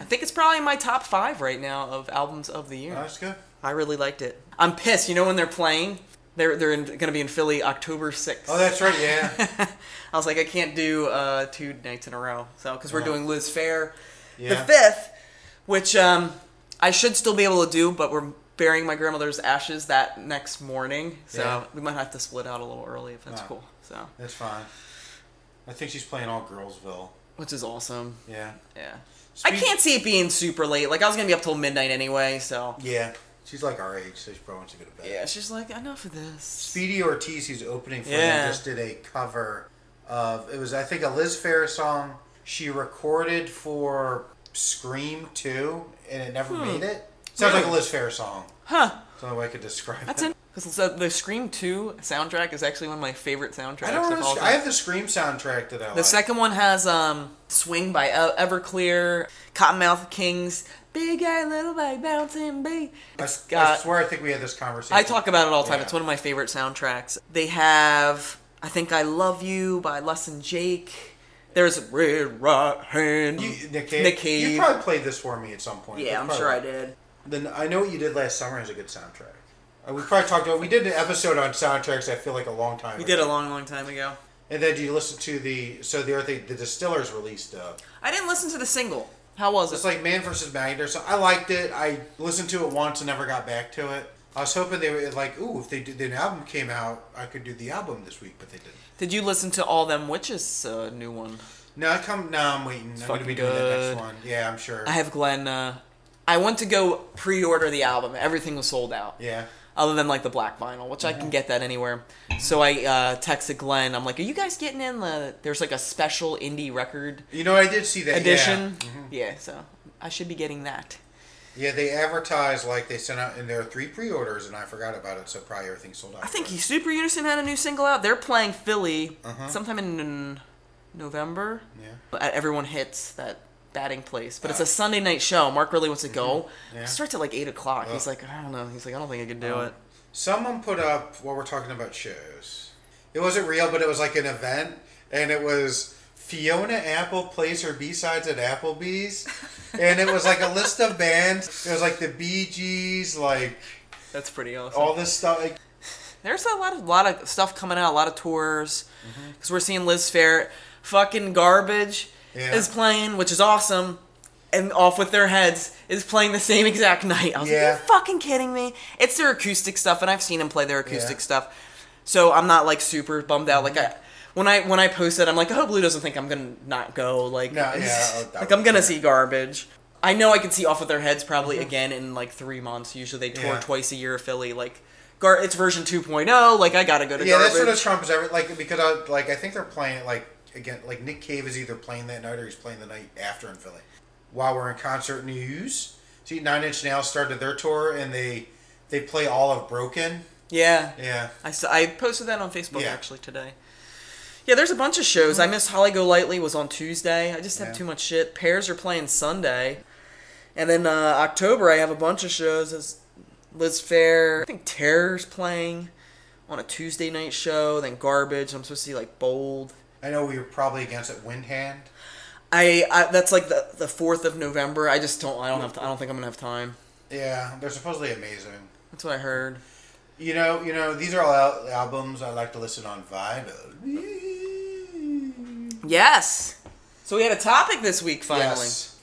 Speaker 2: I think it's probably in my top five right now of albums of the year.
Speaker 1: That's good.
Speaker 2: I really liked it. I'm pissed. You know when they're playing, they're they're in, gonna be in Philly October sixth.
Speaker 1: Oh, that's right. Yeah.
Speaker 2: I was like, I can't do uh, two nights in a row, so because we're doing Liz Fair the
Speaker 1: Uh-huh. Yeah.
Speaker 2: fifth, which um, I should still be able to do, but we're burying my grandmother's ashes that next morning, so
Speaker 1: Yeah.
Speaker 2: we might have to split out a little early if that's
Speaker 1: Ah.
Speaker 2: cool. So
Speaker 1: That's fine. I think she's playing all Girlsville.
Speaker 2: which is awesome.
Speaker 1: Yeah.
Speaker 2: Yeah. I
Speaker 1: Speak-
Speaker 2: can't see it being super late. Like I was gonna be up till midnight anyway, so
Speaker 1: Yeah. She's like our age, so she probably wants to go to bed.
Speaker 2: yeah. She's like, enough of this.
Speaker 1: Speedy Ortiz, who's opening for
Speaker 2: Yeah.
Speaker 1: them, just did a cover of it was I think a Liz Fair song she recorded for Scream Two, and it never made it. Sounds like a Liz Fair song.
Speaker 2: Hmm. Huh?
Speaker 1: That's the only way I could describe
Speaker 2: That's
Speaker 1: it.
Speaker 2: it. Because the Scream Two soundtrack is actually one of my favorite soundtracks.
Speaker 1: I don't
Speaker 2: of
Speaker 1: know.
Speaker 2: all
Speaker 1: the-
Speaker 2: time.
Speaker 1: I have the Scream soundtrack that I
Speaker 2: The
Speaker 1: like.
Speaker 2: second one has um, "Swing" by E- Everclear, Cottonmouth Kings, "Big Eye Little Eye Bouncing Bee."
Speaker 1: I,
Speaker 2: It's
Speaker 1: I
Speaker 2: got-
Speaker 1: swear I think we had this conversation.
Speaker 2: I talk about it all the time.
Speaker 1: Yeah.
Speaker 2: It's one of my favorite soundtracks. They have "I Think I Love You" by Les and Jake. There's "Red Right Hand."
Speaker 1: you, Nick Cave.
Speaker 2: Nick Cave.
Speaker 1: You probably played this for me at some point.
Speaker 2: yeah, I'm
Speaker 1: Probably.
Speaker 2: sure I did.
Speaker 1: Then I know what you did last summer has a good soundtrack. Uh, We probably talked about. We did an episode on soundtracks. I feel like a long time.
Speaker 2: We did a long, long time ago.
Speaker 1: And then you listen to the so the other thing the distillers released uh
Speaker 2: I didn't listen to the single. How was
Speaker 1: it's
Speaker 2: it?
Speaker 1: like Man versus Magnet. So I liked it. I listened to it once and never got back to it. I was hoping they were like, ooh, if they did an album came out, I could do the album this week, but they didn't.
Speaker 2: Did you listen to all them witches uh, new one?
Speaker 1: No, I come. No, I'm waiting. I'm gonna be
Speaker 2: fucking
Speaker 1: doing that
Speaker 2: good.
Speaker 1: next one. Yeah, I'm sure.
Speaker 2: I have Glenn. Uh, I went to go pre-order the album. Everything was sold out.
Speaker 1: yeah.
Speaker 2: other than like the black vinyl, which I can get that anywhere. So I uh, texted Glenn. I'm like, "Are you guys getting in the? There's like a special indie record
Speaker 1: You know, I did see that
Speaker 2: edition.
Speaker 1: Yeah.
Speaker 2: Yeah, Mm-hmm. so I should be getting that.
Speaker 1: Yeah, they advertised like they sent out, and there are three pre-orders, and I forgot about it, so probably everything sold out.
Speaker 2: I think Super Unison had a new single out. They're playing Philly sometime in, in November.
Speaker 1: Yeah.
Speaker 2: But everyone hits that batting place, but it's a Sunday night show. Mark really wants to go.
Speaker 1: Yeah.
Speaker 2: It starts at like eight o'clock. He's
Speaker 1: Ugh.
Speaker 2: like, I don't know. He's like, I don't think I could do it.
Speaker 1: Someone put up while we're talking about shows. It wasn't real, but it was like an event, and it was Fiona Apple plays her B sides at Applebee's, and it was like a list of bands. It was like the Bee Gees, like
Speaker 2: That's pretty awesome.
Speaker 1: all this stuff. Like,
Speaker 2: There's a lot of lot of stuff coming out, a lot of tours,
Speaker 1: Mm-hmm.
Speaker 2: because we're seeing Liz Fair, fucking garbage
Speaker 1: Yeah.
Speaker 2: is playing, which is awesome, and off with their heads is playing the same exact night. I was
Speaker 1: Yeah.
Speaker 2: like, you fucking kidding me? It's their acoustic stuff, and I've seen them play their acoustic
Speaker 1: Yeah.
Speaker 2: stuff, so I'm not like super bummed out.
Speaker 1: Mm-hmm.
Speaker 2: Like I. When I when I post it, I'm like, I hope Lou doesn't think I'm gonna not go. Like,
Speaker 1: No, yeah, I- I
Speaker 2: like I'm gonna
Speaker 1: would-
Speaker 2: see garbage. I know I can see off with their heads probably again in like three months. Usually they tour
Speaker 1: Mm-hmm. Yeah.
Speaker 2: twice a year, Philly. Like, gar- it's version 2.0. Like, I gotta go to
Speaker 1: yeah,
Speaker 2: garbage.
Speaker 1: that's what a Trump is ever like because I like I think they're playing it like again like Nick Cave is either playing that night or he's playing the night after in Philly. While we're in concert news, see Nine Inch Nails started their tour and they they play all of Broken.
Speaker 2: yeah.
Speaker 1: Yeah.
Speaker 2: I, s- I posted that on Facebook
Speaker 1: Yeah. Mm-hmm.
Speaker 2: actually today. Yeah, there's a bunch of shows. I missed Holly Go Lightly was on Tuesday. I just have
Speaker 1: Yeah.
Speaker 2: too much shit. Pairs are playing Sunday. And then uh, October, I have a bunch of shows. As Liz Fair, I think Terror's playing on a Tuesday night show. Then Garbage. I'm supposed to see like Bold.
Speaker 1: I know we were probably against it. Windhand.
Speaker 2: I, I that's like the the fourth of November. I just don't I don't have t I don't think I'm gonna have time.
Speaker 1: Yeah, they're supposedly amazing.
Speaker 2: That's what I heard.
Speaker 1: You know, you know, these are all al- albums I like to listen on vinyl.
Speaker 2: Yes. So we had a topic this week finally.
Speaker 1: Yes.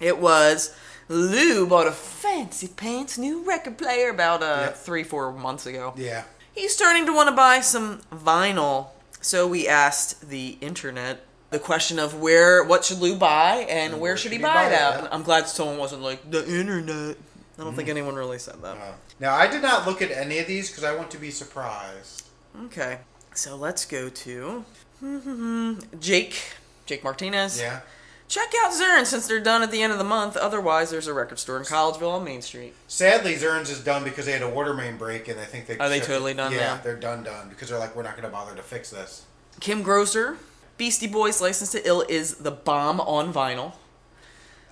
Speaker 2: It was Lou bought a fancy pants new record player about uh
Speaker 1: Yep.
Speaker 2: three four months ago.
Speaker 1: Yeah.
Speaker 2: He's starting to want to buy some vinyl, so we asked the internet the question of where what should Lou buy and where, should he buy, it at. Mm.
Speaker 1: yeah.
Speaker 2: I'm glad someone wasn't like the internet. I don't think anyone really said that.
Speaker 1: Uh, now I did not look at any of these because I want to be surprised.
Speaker 2: Okay. So let's go to Jake. Jake Martinez.
Speaker 1: Yeah.
Speaker 2: Check out Zurn since they're done at the end of the month. Otherwise, there's a record store in Collegeville on Main Street.
Speaker 1: Sadly, Zerns is done because they had a water main break, and I think they
Speaker 2: Are they
Speaker 1: shifted-
Speaker 2: totally done
Speaker 1: Yeah,
Speaker 2: now?
Speaker 1: they're done, done because they're like, we're not going to bother to fix this.
Speaker 2: Kim Grosser. Beastie Boys License to Ill is the bomb on vinyl.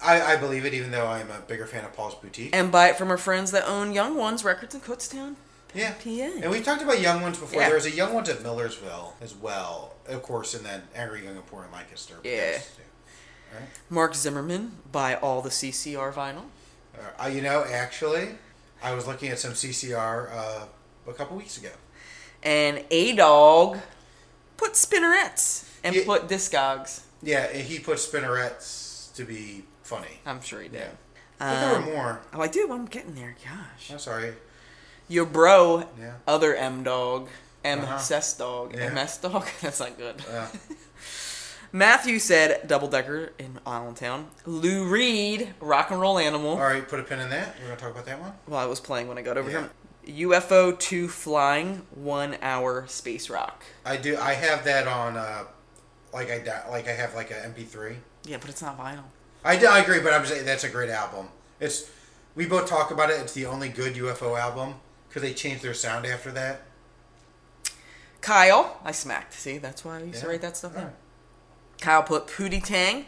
Speaker 1: I, I believe it, even though I'm a bigger fan of Paul's Boutique.
Speaker 2: And buy it from our friends that own Young Ones Records in Kutztown.
Speaker 1: Yeah.
Speaker 2: PA.
Speaker 1: And we've talked about young ones before.
Speaker 2: Yeah.
Speaker 1: There was a young ones at Millersville as well, of course, and then Angry Young and Poor in Lancaster. but
Speaker 2: Yeah.
Speaker 1: that's- Right?
Speaker 2: Mark Zimmerman. Buy all the CCR vinyl.
Speaker 1: Uh, you know, actually, I was looking at some CCR uh, a couple weeks ago.
Speaker 2: And A Dog. Put spinnerets and
Speaker 1: Yeah.
Speaker 2: put discogs.
Speaker 1: Yeah, and he put spinnerets to be funny.
Speaker 2: I'm sure he did.
Speaker 1: Yeah. But there
Speaker 2: Um,
Speaker 1: were more.
Speaker 2: Oh, I do. I'm getting there. Gosh.
Speaker 1: I'm sorry.
Speaker 2: Your bro,
Speaker 1: Yeah.
Speaker 2: other M dog, M
Speaker 1: Uh-huh.
Speaker 2: Cess dog,
Speaker 1: Yeah.
Speaker 2: MS dog. That's not good.
Speaker 1: Uh,
Speaker 2: Matthew said double decker in Allentown. Lou Reed, rock and roll animal.
Speaker 1: All right, put a pin in that. We're gonna talk about that one.
Speaker 2: Well, I was playing when I got over
Speaker 1: Yeah.
Speaker 2: here. UFO 2 flying, one hour space rock.
Speaker 1: I do. I have that on. Uh, like I di- like I have like a MP3.
Speaker 2: Yeah, but it's not vinyl.
Speaker 1: I, do- I agree, but I'm saying that's a great album. It's we both talk about it. It's the only good UFO album because they changed their sound after that.
Speaker 2: Kyle, I smacked. See, that's why I used to
Speaker 1: Yeah.
Speaker 2: write that stuff down.
Speaker 1: Alright.
Speaker 2: Kyle put Pootie Tang,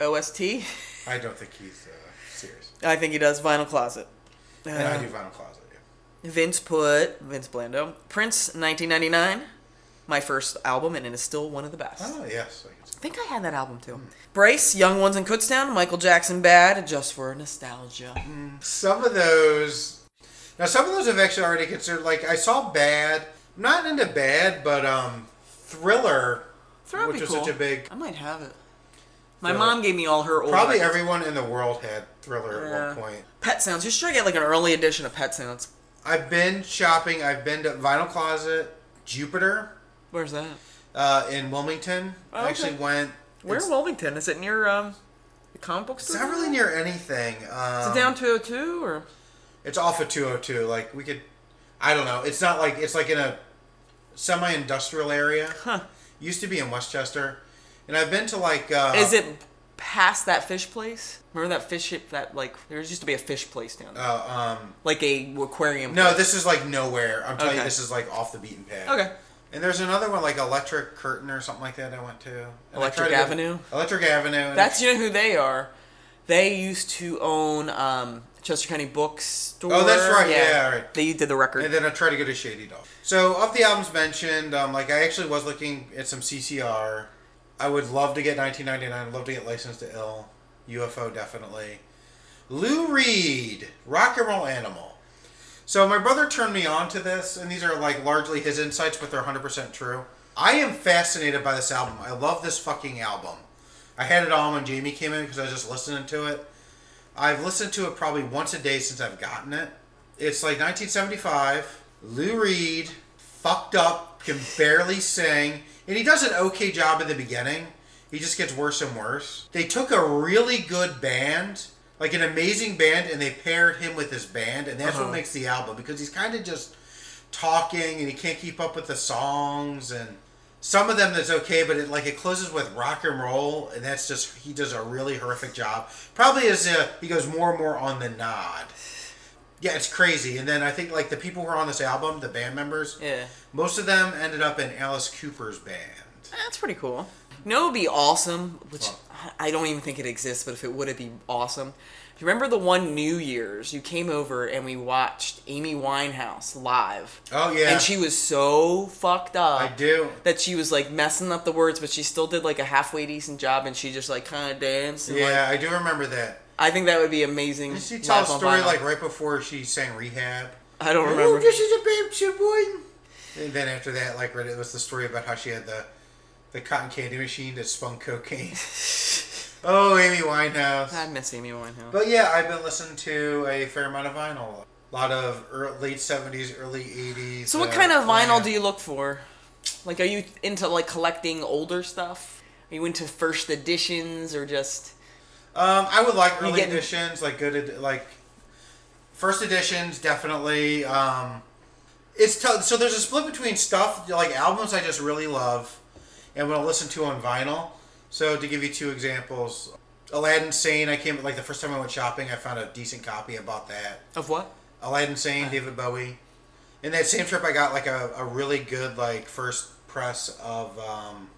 Speaker 2: OST.
Speaker 1: I don't think he's uh, serious.
Speaker 2: I think he does Vinyl Closet.
Speaker 1: And I
Speaker 2: Uh,
Speaker 1: do Vinyl Closet. Yeah.
Speaker 2: Vince put Vince Blando Prince 1999, my first album, and it is still one of the best.
Speaker 1: Oh yes, I can see.
Speaker 2: I think I had that album too. Brace, Young Ones in Kutztown, Michael Jackson Bad, just for nostalgia.
Speaker 1: some of those. Now some of those I've actually already considered. Like I saw Bad. I'm not into Bad, but um, Thriller,
Speaker 2: Thriller would
Speaker 1: which
Speaker 2: be
Speaker 1: was
Speaker 2: cool.
Speaker 1: such a big.
Speaker 2: I might have it. My
Speaker 1: Thriller.
Speaker 2: mom gave me all her old
Speaker 1: Probably
Speaker 2: records.
Speaker 1: everyone in the world had Thriller at
Speaker 2: Oh Yeah.
Speaker 1: one point.
Speaker 2: Pet Sounds. You should try to get like an early edition of Pet Sounds.
Speaker 1: I've been shopping. I've been to Vinyl Closet, Jupiter,
Speaker 2: Where's that?
Speaker 1: uh, in Wilmington.
Speaker 2: Oh, okay.
Speaker 1: I actually went.
Speaker 2: Where
Speaker 1: It's,
Speaker 2: in Wilmington? Is it near um, the comic book
Speaker 1: it's
Speaker 2: store?
Speaker 1: not really near anything.
Speaker 2: Is
Speaker 1: Um,
Speaker 2: it down 202 or?
Speaker 1: It's off of 202. Like we could, I don't know. It's not like it's like in a semi-industrial area.
Speaker 2: Huh.
Speaker 1: Used to be in Westchester, and I've been to like. Uh,
Speaker 2: Is it past that fish place? Remember that fish ship that like there used to be a fish place down there,
Speaker 1: Uh, um,
Speaker 2: like a aquarium.
Speaker 1: no,
Speaker 2: place.
Speaker 1: this is like nowhere. I'm telling
Speaker 2: Okay.
Speaker 1: you, this is like off the beaten path.
Speaker 2: Okay.
Speaker 1: And there's another one like Electric Curtain or something like that. I went to And I tried
Speaker 2: Electric
Speaker 1: to go-
Speaker 2: Avenue?
Speaker 1: Electric Avenue. and-
Speaker 2: That's you know who they are. They used to own um, Chester County Bookstore.
Speaker 1: Oh, that's right. Yeah, right.
Speaker 2: They did the record. Eh,
Speaker 1: And then I try to go to Shady Dog. So of the albums mentioned, um, like I actually was looking at some CCR. I would love to get 1999. I'd love to get Licensed to Ill. UFO definitely. Lou Reed, Rock and Roll Animal. So my brother turned me on to this, and these are like largely his insights, but they're 100% true. I am fascinated by this album. I love this fucking album. I had it on when Jamie came in because I was just listening to it. I've listened to it probably once a day since I've gotten it. It's like 1975. Lou Reed, fucked up, can barely sing, and he does an okay job in the beginning. He just gets worse and worse. They took a really good band, like an amazing band, and they paired him with his band, and that's
Speaker 2: Uh-huh.
Speaker 1: what makes the album because he's kind of just talking and he can't keep up with the songs and some of them that's okay but it like it closes with rock and roll and that's just he does a really horrific job probably as uh he goes more and more on the nod yeah it's crazy and then i think like the people who are on this album the band members
Speaker 2: yeah.
Speaker 1: most of them ended up in alice cooper's band
Speaker 2: That's pretty cool. You know, it would be awesome, which
Speaker 1: What?
Speaker 2: I don't even think it exists, but if it would, it'd be awesome. Do you remember the one New Year's? You came over and we watched Amy Winehouse live.
Speaker 1: oh yeah
Speaker 2: And she was so fucked up.
Speaker 1: i do
Speaker 2: That she was like messing up the words, but she still did like a halfway decent job and she just like kind of danced. And, like,
Speaker 1: yeah i do remember that
Speaker 2: I think that would be amazing.
Speaker 1: did she
Speaker 2: live
Speaker 1: tell a
Speaker 2: on
Speaker 1: story
Speaker 2: vinyl.
Speaker 1: like right before she sang rehab
Speaker 2: I don't
Speaker 1: Oh,
Speaker 2: remember.
Speaker 1: this is a babe boy. And then after that, like, right, it was the story about how she had the the cotton candy machine that spun cocaine. oh, Amy Winehouse.
Speaker 2: I miss Amy Winehouse.
Speaker 1: But yeah, I've been listening to a fair amount of vinyl. A lot of ear late seventies, early eighties. uh,
Speaker 2: so, what kind of vinyl do you look for? Like, are you into like collecting older stuff? Are you into first editions or just?
Speaker 1: Um, I would like
Speaker 2: You
Speaker 1: early
Speaker 2: getting-
Speaker 1: editions, like good, ed- like first editions, definitely. Um, it's tough. So there's a split between stuff like albums I just really love, and what I listen to on vinyl. So to give you two examples, Aladdin Sane. I came like the first time I went shopping, I found a decent copy. I bought that.
Speaker 2: Of what?
Speaker 1: Aladdin Sane, David Bowie. In that same trip, I got like a, a really good like first press of um,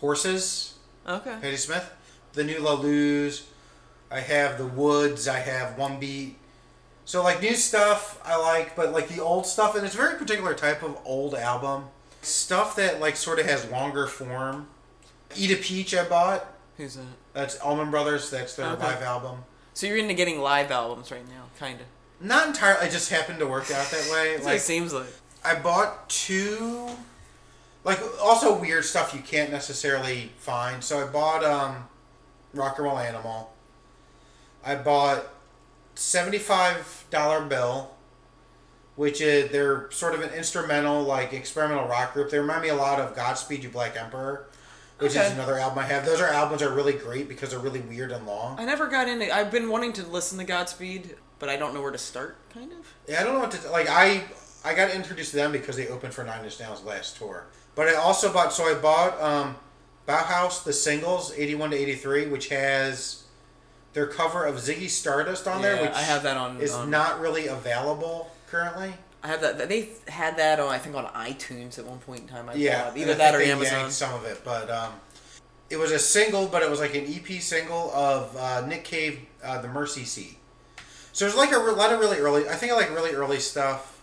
Speaker 1: Horses.
Speaker 2: Okay.
Speaker 1: Patti Smith. The new La Luz. I have the Woods. I have One Beat. So like new stuff I like, but like the old stuff, and it's a very particular type of old album stuff that like sort of has longer form. Eat a Peach I bought.
Speaker 2: Who's that?
Speaker 1: That's Allman Brothers. That's their
Speaker 2: Okay.
Speaker 1: live album.
Speaker 2: So you're into getting live albums right now, kind of.
Speaker 1: Not entirely. It just happened to work out that way.
Speaker 2: That's what it
Speaker 1: like
Speaker 2: seems like.
Speaker 1: I bought two, like also weird stuff you can't necessarily find. So I bought um, Rock and Roll Animal. I bought seventy-five dollar bill, which is they're sort of an instrumental, like experimental rock group. They remind me a lot of Godspeed You Black Emperor, which
Speaker 2: Okay.
Speaker 1: is another album I have. Those are albums are really great because they're really weird and long.
Speaker 2: I never got into. I've been wanting to listen to Godspeed, but I don't know where to start. Kind of.
Speaker 1: Yeah, I don't know what to like. I I got introduced to them because they opened for Nine Inch Nails last tour. But I also bought so I bought um, Bauhaus the singles eighty one to eighty three, which has their cover of Ziggy Stardust on there,
Speaker 2: Yeah,
Speaker 1: which
Speaker 2: I have that on-
Speaker 1: Is
Speaker 2: on-
Speaker 1: not really available currently.
Speaker 2: I have that. They had that on. I think on iTunes at one point in time. I
Speaker 1: Yeah,
Speaker 2: bought Either
Speaker 1: and I
Speaker 2: that or
Speaker 1: think they
Speaker 2: Amazon.
Speaker 1: yanked Some of it, but um, it was a single, but it was like an EP single of uh, Nick Cave, uh, "The Mercy Seat." So there's like a re- lot of really early. I think I like really early stuff.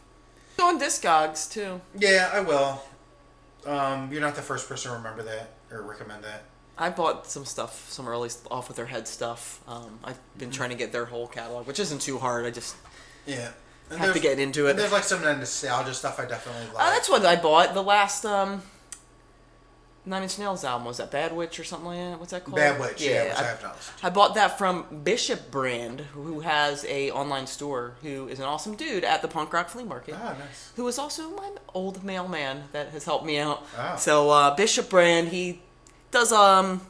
Speaker 2: on Discogs too.
Speaker 1: Yeah, I will. Um, you're not the first person to remember that or recommend that.
Speaker 2: I bought some stuff, some early st- off with their head stuff. Um, I've been trying to get their whole catalog, which isn't too hard. I just
Speaker 1: Yeah, and
Speaker 2: Have
Speaker 1: there's-
Speaker 2: to get into it.
Speaker 1: There's like some of that nostalgia stuff I definitely like.
Speaker 2: Oh, that's what I bought. The last um, Nine Inch Nails album was that Bad Witch or something like that. What's that called?
Speaker 1: Bad Witch. Yeah, which I,
Speaker 2: I-
Speaker 1: have not listened.
Speaker 2: I bought that from Bishop Brand, who has a online store. Who is an awesome dude at the punk rock flea market.
Speaker 1: Ah, nice.
Speaker 2: Who is also my old mailman that has helped me out.
Speaker 1: Ah.
Speaker 2: So uh, Bishop Brand, he does um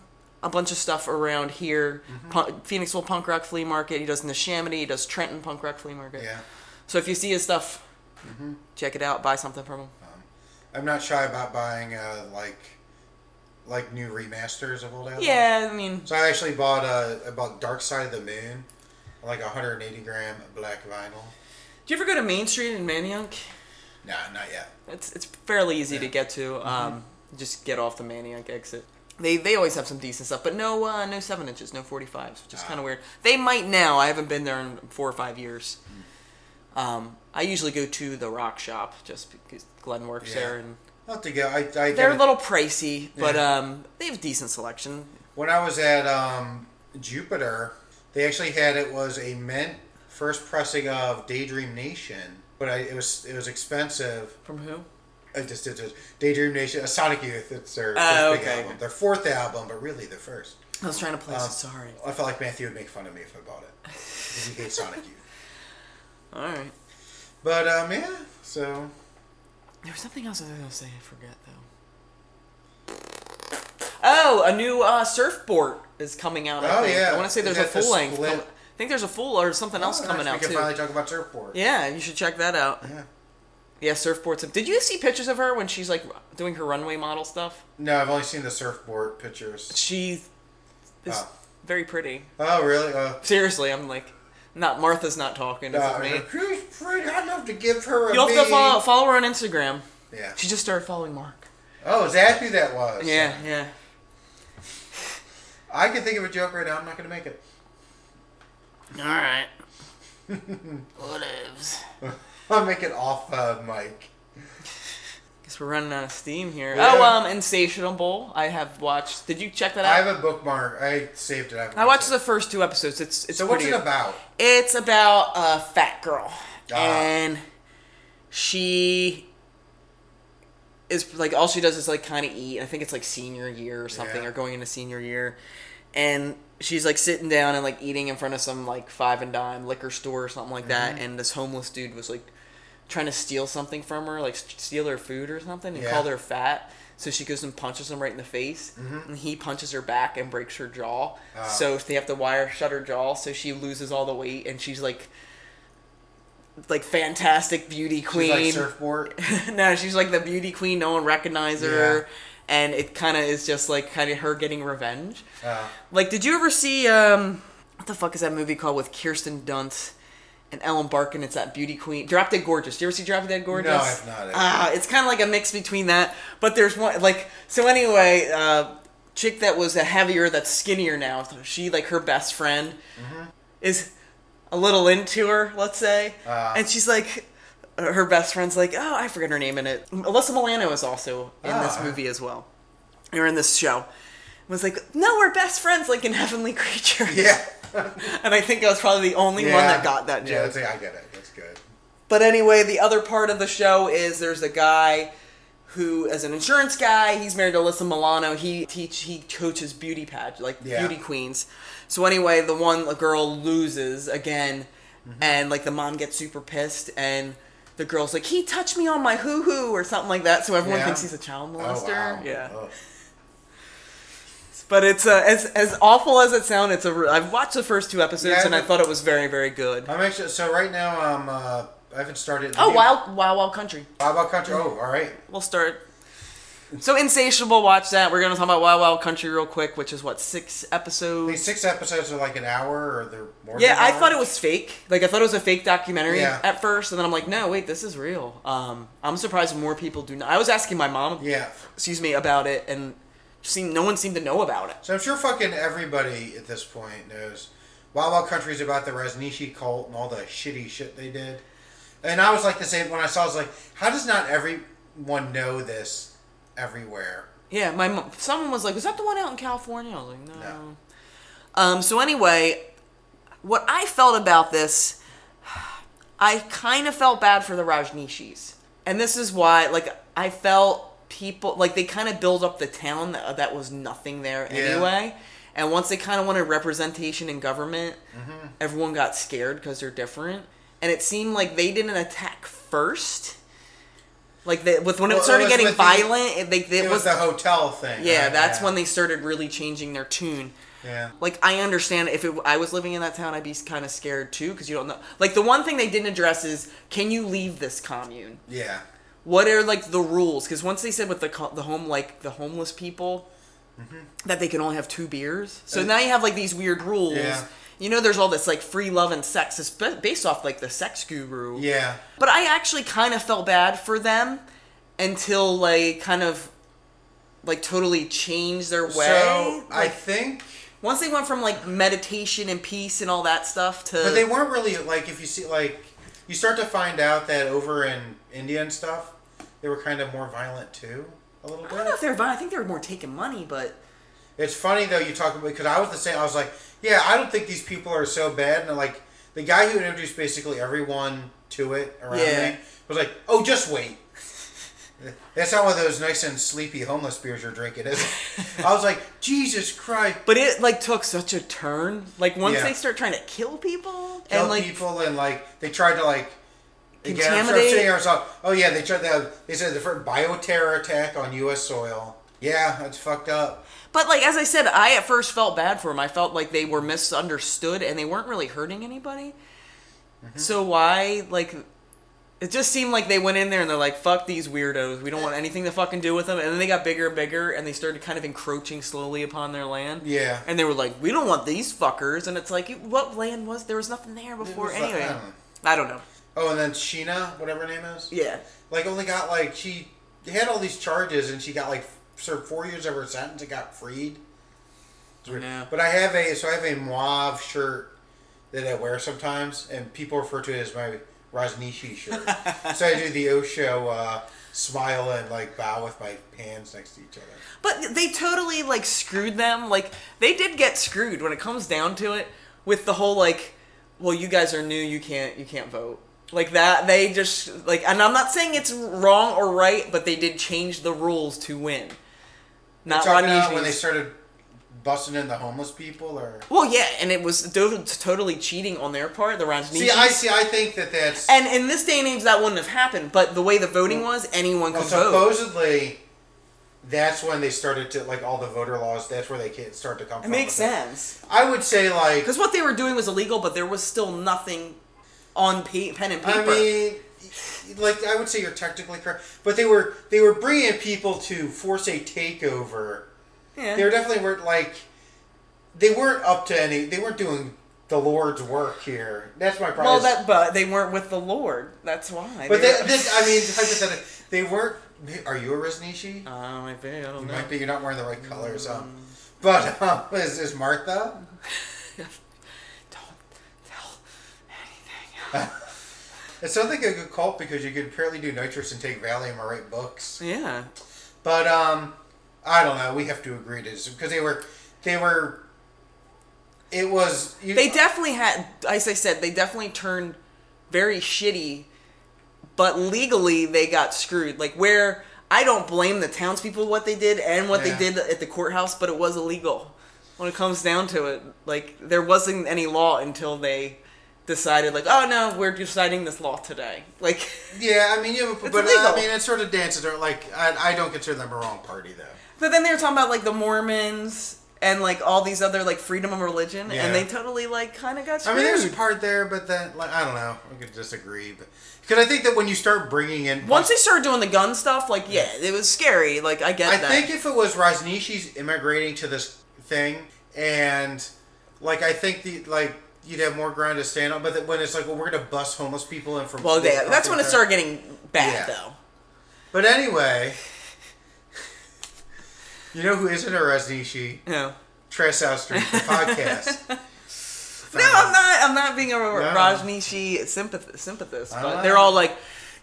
Speaker 2: a bunch of stuff around here. Punk, Phoenixville punk rock flea market. He does Neshaminy. He does Trenton punk rock flea market.
Speaker 1: Yeah,
Speaker 2: So if you see his stuff, check it out. Buy something from him.
Speaker 1: I'm not shy about buying uh, like like new remasters of old albums.
Speaker 2: Yeah, I mean,
Speaker 1: So I actually bought uh, I bought Dark Side of the Moon, like a 180 gram black vinyl.
Speaker 2: do you ever go to Main Street in Manayunk?
Speaker 1: Nah, not yet.
Speaker 2: It's it's fairly easy to get to. Um, just get off the Manayunk exit. They they always have some decent stuff, but no uh, no seven inches, no forty fives, which is
Speaker 1: Ah.
Speaker 2: kind of weird. They might now. I haven't been there in four or five years. Um, I usually go to the Rock Shop just because Glenn works
Speaker 1: Yeah.
Speaker 2: there, and
Speaker 1: I'll have to go. I, I
Speaker 2: they're a
Speaker 1: gotta-
Speaker 2: little pricey, but
Speaker 1: Yeah.
Speaker 2: um, they have decent selection.
Speaker 1: when I was at um, Jupiter, they actually had it was a mint first pressing of Daydream Nation, but I, it was it was expensive.
Speaker 2: From who?
Speaker 1: I just did it. Daydream Nation, uh, Sonic Youth. It's their first
Speaker 2: Oh,
Speaker 1: big
Speaker 2: okay.
Speaker 1: album, their fourth album, but really their first.
Speaker 2: I was trying to place it. Sorry.
Speaker 1: I felt like Matthew would make fun of me if I bought it. 'cause He hates Sonic Youth.
Speaker 2: All right.
Speaker 1: But um, yeah, so
Speaker 2: There was something else I was gonna say. I forget though. Oh, a new uh, surfboard is coming out. I
Speaker 1: Oh,
Speaker 2: think.
Speaker 1: yeah.
Speaker 2: I want to say
Speaker 1: Is
Speaker 2: there's a
Speaker 1: that the
Speaker 2: full length. com-
Speaker 1: split?
Speaker 2: I think there's a full or something else
Speaker 1: Oh,
Speaker 2: coming
Speaker 1: nice,
Speaker 2: out
Speaker 1: We
Speaker 2: too.
Speaker 1: can finally talk about surfboard.
Speaker 2: Yeah, you should check that out.
Speaker 1: yeah.
Speaker 2: Yeah, surfboard. sim- Did you see pictures of her when she's like doing her runway model stuff?
Speaker 1: No, I've only seen the surfboard pictures.
Speaker 2: She is
Speaker 1: Oh.
Speaker 2: very pretty.
Speaker 1: Oh, really? Uh,
Speaker 2: Seriously, I'm like, not Martha's not talking. It's
Speaker 1: uh,
Speaker 2: me.
Speaker 1: she's pretty. I'd love to give her a
Speaker 2: You'll have
Speaker 1: B.
Speaker 2: to follow, follow her on Instagram.
Speaker 1: Yeah.
Speaker 2: She just started following Mark.
Speaker 1: Oh, is that who that was?
Speaker 2: Yeah, yeah.
Speaker 1: I can think of a joke right now. I'm not going to make it.
Speaker 2: All right. Whatevs.
Speaker 1: I'll make it off uh, mic.
Speaker 2: Guess we're running out of steam here.
Speaker 1: Yeah.
Speaker 2: Oh, um, Insatiable. I have watched. Did you check that
Speaker 1: I
Speaker 2: out?
Speaker 1: have a bookmark. I saved it. haven't
Speaker 2: I watched
Speaker 1: it.
Speaker 2: the first two episodes. It's it's
Speaker 1: So what's
Speaker 2: pretty.
Speaker 1: it about?
Speaker 2: It's about a fat girl,
Speaker 1: Ah.
Speaker 2: and she is like all she does is like kind of eat. I think it's like senior year or something,
Speaker 1: Yeah.
Speaker 2: or going into senior year, and she's like sitting down and like eating in front of some like five and dime liquor store or something like
Speaker 1: Mm-hmm.
Speaker 2: that. And this homeless dude was like trying to steal something from her, like st- steal her food or something, and
Speaker 1: Yeah.
Speaker 2: called her fat. So she goes and punches him right in the face, and he punches her back and breaks her jaw.
Speaker 1: Mm-hmm. Ah.
Speaker 2: So they have to wire shut her jaw, so she loses all the weight, and she's like, like fantastic beauty
Speaker 1: She's
Speaker 2: queen.
Speaker 1: like surfboard.
Speaker 2: no, she's like the beauty queen. No one recognizes
Speaker 1: Yeah.
Speaker 2: her, and it kind of is just like kind of her getting revenge.
Speaker 1: Uh,
Speaker 2: Like, did you ever see um, what the fuck is that movie called with Kirsten Dunst and Ellen Barkin? It's that beauty queen, Drop Dead Gorgeous. Do you ever see Drop Dead Gorgeous?
Speaker 1: No, I've not, actually.
Speaker 2: Ah, it's kind of like a mix between that, but there's one like so. Anyway, uh, chick that was a heavier that's skinnier now. She like her best friend
Speaker 1: Mm-hmm.
Speaker 2: is a little into her, let's say,
Speaker 1: Ah.
Speaker 2: and she's like. Her best friend's like, oh, I forget her name in it. Alyssa Milano is also in this
Speaker 1: Ah.
Speaker 2: movie as well, or in this show was like, no, we're best friends, like in Heavenly Creatures.
Speaker 1: yeah.
Speaker 2: And I think I was probably the only
Speaker 1: yeah.
Speaker 2: one that got that
Speaker 1: Yeah,
Speaker 2: joke.
Speaker 1: that's, I get it. That's good.
Speaker 2: but anyway, the other part of the show is there's a guy who is an insurance guy. He's married to Alyssa Milano. He teach he coaches beauty patch like
Speaker 1: Yeah.
Speaker 2: beauty queens. So anyway, the one the girl loses again,
Speaker 1: Mm-hmm.
Speaker 2: and like the mom gets super pissed, and the girl's like, he touched me on my hoo hoo or something like that. So everyone
Speaker 1: Yeah.
Speaker 2: thinks he's a child
Speaker 1: Oh,
Speaker 2: molester.
Speaker 1: wow.
Speaker 2: Yeah.
Speaker 1: Oh.
Speaker 2: But it's uh, as as awful as it sounds. It's a. re- I've watched the first two episodes
Speaker 1: Yeah, I
Speaker 2: and I
Speaker 1: know.
Speaker 2: thought it was very very good.
Speaker 1: I'm actually so right now. Um, uh, I haven't started.
Speaker 2: Oh, Wild Wild Wild Country.
Speaker 1: Wild Wild Country. Oh, all right.
Speaker 2: We'll start. So Insatiable, watch that. We're gonna talk about Wild Wild Country real quick, which is what six
Speaker 1: These
Speaker 2: episodes.
Speaker 1: six episodes are like an hour, or they're more.
Speaker 2: Yeah,
Speaker 1: than an
Speaker 2: I
Speaker 1: hour.
Speaker 2: thought it was fake. Like I thought it was a fake documentary
Speaker 1: Yeah.
Speaker 2: at first, and then I'm like, no, wait, this is real. Um, I'm surprised more people do not. I was asking my mom,
Speaker 1: Yeah.
Speaker 2: excuse me, about it, and seemed, no one seemed to know about it.
Speaker 1: So I'm sure fucking everybody at this point knows Wild Wild Country is about the Resnishi cult and all the shitty shit they did. And I was like the same when I saw. it, I was like, how does not everyone know this everywhere?
Speaker 2: Yeah, my mom, someone was like, "Was that the one out in California?" I was like, "No."
Speaker 1: No.
Speaker 2: Um, so anyway, what I felt about this, I kind of felt bad for the Rajneeshis, and this is why. Like, I felt people like they kind of build up the town that, that was nothing there
Speaker 1: Yeah.
Speaker 2: anyway, and once they kind of wanted representation in government,
Speaker 1: Mm-hmm.
Speaker 2: everyone got scared because they're different, and it seemed like they didn't attack first. Like they, with when
Speaker 1: Well,
Speaker 2: it
Speaker 1: it
Speaker 2: started
Speaker 1: was
Speaker 2: getting
Speaker 1: with the-
Speaker 2: violent, it, they,
Speaker 1: It,
Speaker 2: it
Speaker 1: was,
Speaker 2: was
Speaker 1: the hotel thing.
Speaker 2: yeah,
Speaker 1: right?
Speaker 2: that's
Speaker 1: yeah.
Speaker 2: when they started really changing their tune.
Speaker 1: Yeah.
Speaker 2: Like I understand if it, I was living in that town, I'd be kind of scared too because you don't know. Like the one thing they didn't address is can you leave this commune?
Speaker 1: Yeah.
Speaker 2: What are like the rules? Because once they said with the co- the home like the homeless people that they can only have two beers, so
Speaker 1: Mm-hmm. Uh,
Speaker 2: now you have like these weird rules.
Speaker 1: Yeah.
Speaker 2: You know, there's all this like free love and sex. It's ba- based off like the sex guru.
Speaker 1: Yeah.
Speaker 2: But I actually kind of felt bad for them until like kind of like totally changed their way.
Speaker 1: So I
Speaker 2: Like,
Speaker 1: think,
Speaker 2: once they went from like meditation and peace and all that stuff to
Speaker 1: but they weren't really like if you see like you start to find out that over in India and stuff, they were kind of more violent too a little bit.
Speaker 2: I don't know if they're violent. I think they were more taking money, but
Speaker 1: It's funny though you talk about because I was the same. I was like, yeah, I don't think these people are so bad. And like the guy who introduced basically everyone to it around
Speaker 2: Yeah.
Speaker 1: me was like, oh, just wait. That's not one of those nice and sleepy homeless beers you're drinking, is it? I was like, Jesus Christ,
Speaker 2: but it like took such a turn. Like once
Speaker 1: Yeah.
Speaker 2: they start trying to kill people
Speaker 1: kill
Speaker 2: and like
Speaker 1: people and like they tried to like. Again, I'm sure I'm
Speaker 2: Contaminate.
Speaker 1: sitting here, I was like, oh yeah, they tried to. They said the first bioterror attack on U.S. soil. Yeah, that's fucked up.
Speaker 2: But like as I said, I at first felt bad for them. I felt like they were misunderstood and they weren't really hurting anybody.
Speaker 1: Mm-hmm.
Speaker 2: So why like it just seemed like they went in there and they're like, "Fuck these weirdos. We don't want anything to fucking do with them." And then they got bigger and bigger and they started kind of encroaching slowly upon their land.
Speaker 1: Yeah.
Speaker 2: And they were like, "We don't want these fuckers." And it's like, you- "What land was there? Was nothing there before
Speaker 1: was like- I
Speaker 2: anyway."
Speaker 1: don't know.
Speaker 2: I don't know.
Speaker 1: Oh, and then Sheena, whatever her name is.
Speaker 2: Yeah.
Speaker 1: like only got like she had all these charges and she got like served four years of her sentence and got freed. It's weird.
Speaker 2: Yeah.
Speaker 1: But I have a so I have a mauve shirt that I wear sometimes, and people refer to it as my Rajnishi shirt. so I do the Osho uh, smile and like bow with my hands next to each other.
Speaker 2: But they totally like screwed them. Like they did get screwed when it comes down to it with the whole like, well, you guys are new, you can't you can't vote. Like that they just like and I'm not saying it's wrong or right, but they did change the rules to win. Not
Speaker 1: Talking
Speaker 2: Rodney
Speaker 1: about when they
Speaker 2: Hughes.
Speaker 1: started busting in the homeless people, or
Speaker 2: Well, yeah, and it was do- totally cheating on their part, the Rodney
Speaker 1: see, I see, I think that that's
Speaker 2: And in this day and age, that wouldn't have happened. But the way the voting was, anyone could
Speaker 1: Well,
Speaker 2: vote.
Speaker 1: supposedly, that's when they started to like all the voter laws. That's where they can start to come.
Speaker 2: It
Speaker 1: from
Speaker 2: makes
Speaker 1: with it.
Speaker 2: sense.
Speaker 1: I would say like
Speaker 2: Because what they were doing was illegal, but there was still nothing on pa- pen and paper.
Speaker 1: I mean, like I would say you're technically correct, but they were they were bringing people to force a takeover.
Speaker 2: yeah.
Speaker 1: They were definitely weren't like they weren't up to any. They weren't doing the Lord's work here. That's my problem.
Speaker 2: well,
Speaker 1: is-
Speaker 2: that but they weren't with the Lord. That's why.
Speaker 1: but
Speaker 2: They
Speaker 1: that,
Speaker 2: were-
Speaker 1: this, I mean, hypothetically, they weren't. Are you a Resnishi?
Speaker 2: Uh, might be, I don't
Speaker 1: You
Speaker 2: know.
Speaker 1: might be. You're not wearing the right colors. Um, but um, is, is Martha?
Speaker 2: Don't tell anything.
Speaker 1: It sounds like a good cult because you could apparently do nitrous and take Valium or write books.
Speaker 2: Yeah.
Speaker 1: But um, I don't know. We have to agree to this because they were, they were. It was you,
Speaker 2: They definitely had, as I said, they definitely turned very shitty, but legally they got screwed. Like, where I don't blame the townspeople what they did and what
Speaker 1: Yeah.
Speaker 2: they did at the courthouse, but it was illegal when it comes down to it. Like, there wasn't any law until they decided, like, oh no, we're deciding this law today. Like,
Speaker 1: Yeah, I mean, you. Have, but uh, I
Speaker 2: illegal.
Speaker 1: mean, it sort of dances. Or like, I, I don't consider them a wrong party though.
Speaker 2: but then they were talking about, like, the Mormons and like all these other like freedom of religion,
Speaker 1: Yeah.
Speaker 2: and they totally like kind of got
Speaker 1: I
Speaker 2: screwed.
Speaker 1: mean, there's a part there, but then like, I don't know. I could disagree, but because I think that when you start bringing in
Speaker 2: Once they started doing the gun stuff, like yeah, it was scary. Like I get
Speaker 1: I
Speaker 2: that.
Speaker 1: think if it was Rosnishi's immigrating to this thing, and like I think the like you'd have more ground to stand on. But that when it's like, well, we're gonna bust homeless people in from
Speaker 2: well, yeah, that's when it started getting bad
Speaker 1: Yeah.
Speaker 2: though.
Speaker 1: But anyway, you know who isn't a Rosnishi?
Speaker 2: No,
Speaker 1: Trey South Street the podcast.
Speaker 2: no, I'm not. I'm not being a Rajneeshi sympath- sympathist,
Speaker 1: I
Speaker 2: but
Speaker 1: know.
Speaker 2: they're all like,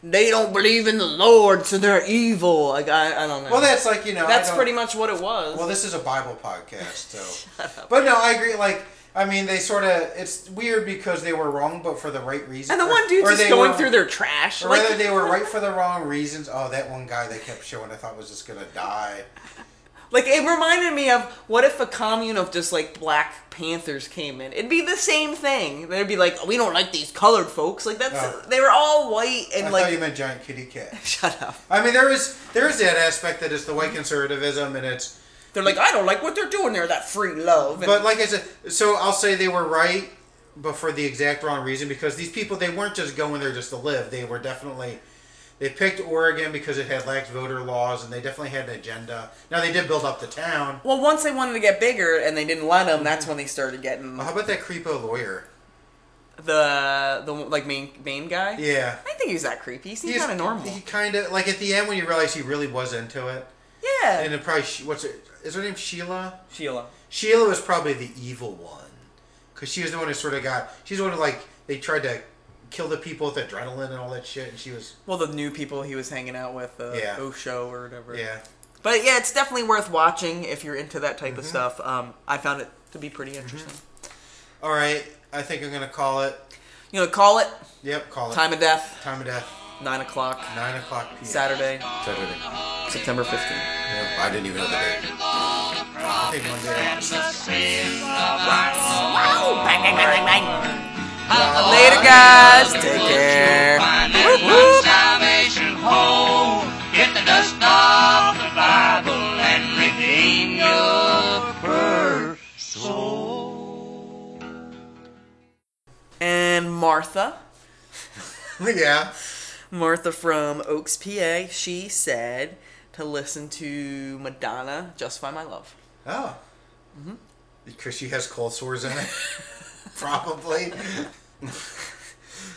Speaker 2: they don't believe in the Lord, so they're evil. Like I, I don't know.
Speaker 1: Well, that's like you know. I
Speaker 2: that's
Speaker 1: don't-
Speaker 2: pretty much what it was.
Speaker 1: Well, this is a Bible podcast, so. but no, I agree. Like, I mean, they sort of. It's weird because they were wrong, but for the right reason.
Speaker 2: and the one dude's
Speaker 1: Or
Speaker 2: just
Speaker 1: they
Speaker 2: going
Speaker 1: were-
Speaker 2: through their trash.
Speaker 1: Or
Speaker 2: Like,
Speaker 1: whether they were right for the wrong reasons. Oh, that one guy they kept showing, I thought was just gonna die.
Speaker 2: Like it reminded me of what if a commune of just like Black Panthers came in? It'd be the same thing. They'd be like, we don't like these colored folks. Like that's
Speaker 1: Oh.
Speaker 2: they were all white and
Speaker 1: I
Speaker 2: like
Speaker 1: thought you meant giant kitty cat.
Speaker 2: shut up.
Speaker 1: I mean, there is there is that aspect that is the
Speaker 2: Mm-hmm.
Speaker 1: white conservatism, and it's.
Speaker 2: They're like, I don't like what they're doing there. That free love. And
Speaker 1: But like I said, so I'll say they were right, but for the exact wrong reason because these people they weren't just going there just to live. They were definitely they picked Oregon because it had lax voter laws and they definitely had an agenda. Now they did build up the town.
Speaker 2: well, once they wanted to get bigger and they didn't let them,
Speaker 1: Mhm.
Speaker 2: that's when they started getting
Speaker 1: Well, how about that creepo lawyer?
Speaker 2: the the like main main guy.
Speaker 1: Yeah.
Speaker 2: I think he's that creepy. He seems kind of normal.
Speaker 1: He kind of like at the end when you realize he really was into it,
Speaker 2: yeah,
Speaker 1: and it probably sh- what's her, is her name Sheila?
Speaker 2: Sheila.
Speaker 1: Sheila was probably the evil one because she was the one who sort of got she's the one who like they tried to kill the people with adrenaline and all that shit, and she was
Speaker 2: Well, the new people he was hanging out with, uh,
Speaker 1: Yeah.
Speaker 2: Osho or whatever.
Speaker 1: yeah.
Speaker 2: But yeah, it's definitely worth watching if you're into that type of stuff. Um, I found it to be pretty interesting.
Speaker 1: All right, I think I'm gonna call it.
Speaker 2: You know, call it
Speaker 1: Yep, call it.
Speaker 2: time of death,
Speaker 1: Time of death,
Speaker 2: nine o'clock,
Speaker 1: nine o'clock p.m.
Speaker 2: Saturday,
Speaker 1: Saturday.
Speaker 2: September fifteenth.
Speaker 1: Yep, I didn't even know the date. I think one day.
Speaker 2: Later, guys. Take care. Whoop, whoop.
Speaker 3: salvation whole. Get the dust off the Bible and redeem your first soul.
Speaker 2: And Martha,
Speaker 1: yeah.
Speaker 2: Martha from Oaks, PA, she said to listen to Madonna, "Justify My Love."
Speaker 1: Oh.
Speaker 2: Mm-hmm.
Speaker 1: Because she has cold sores in it. Probably.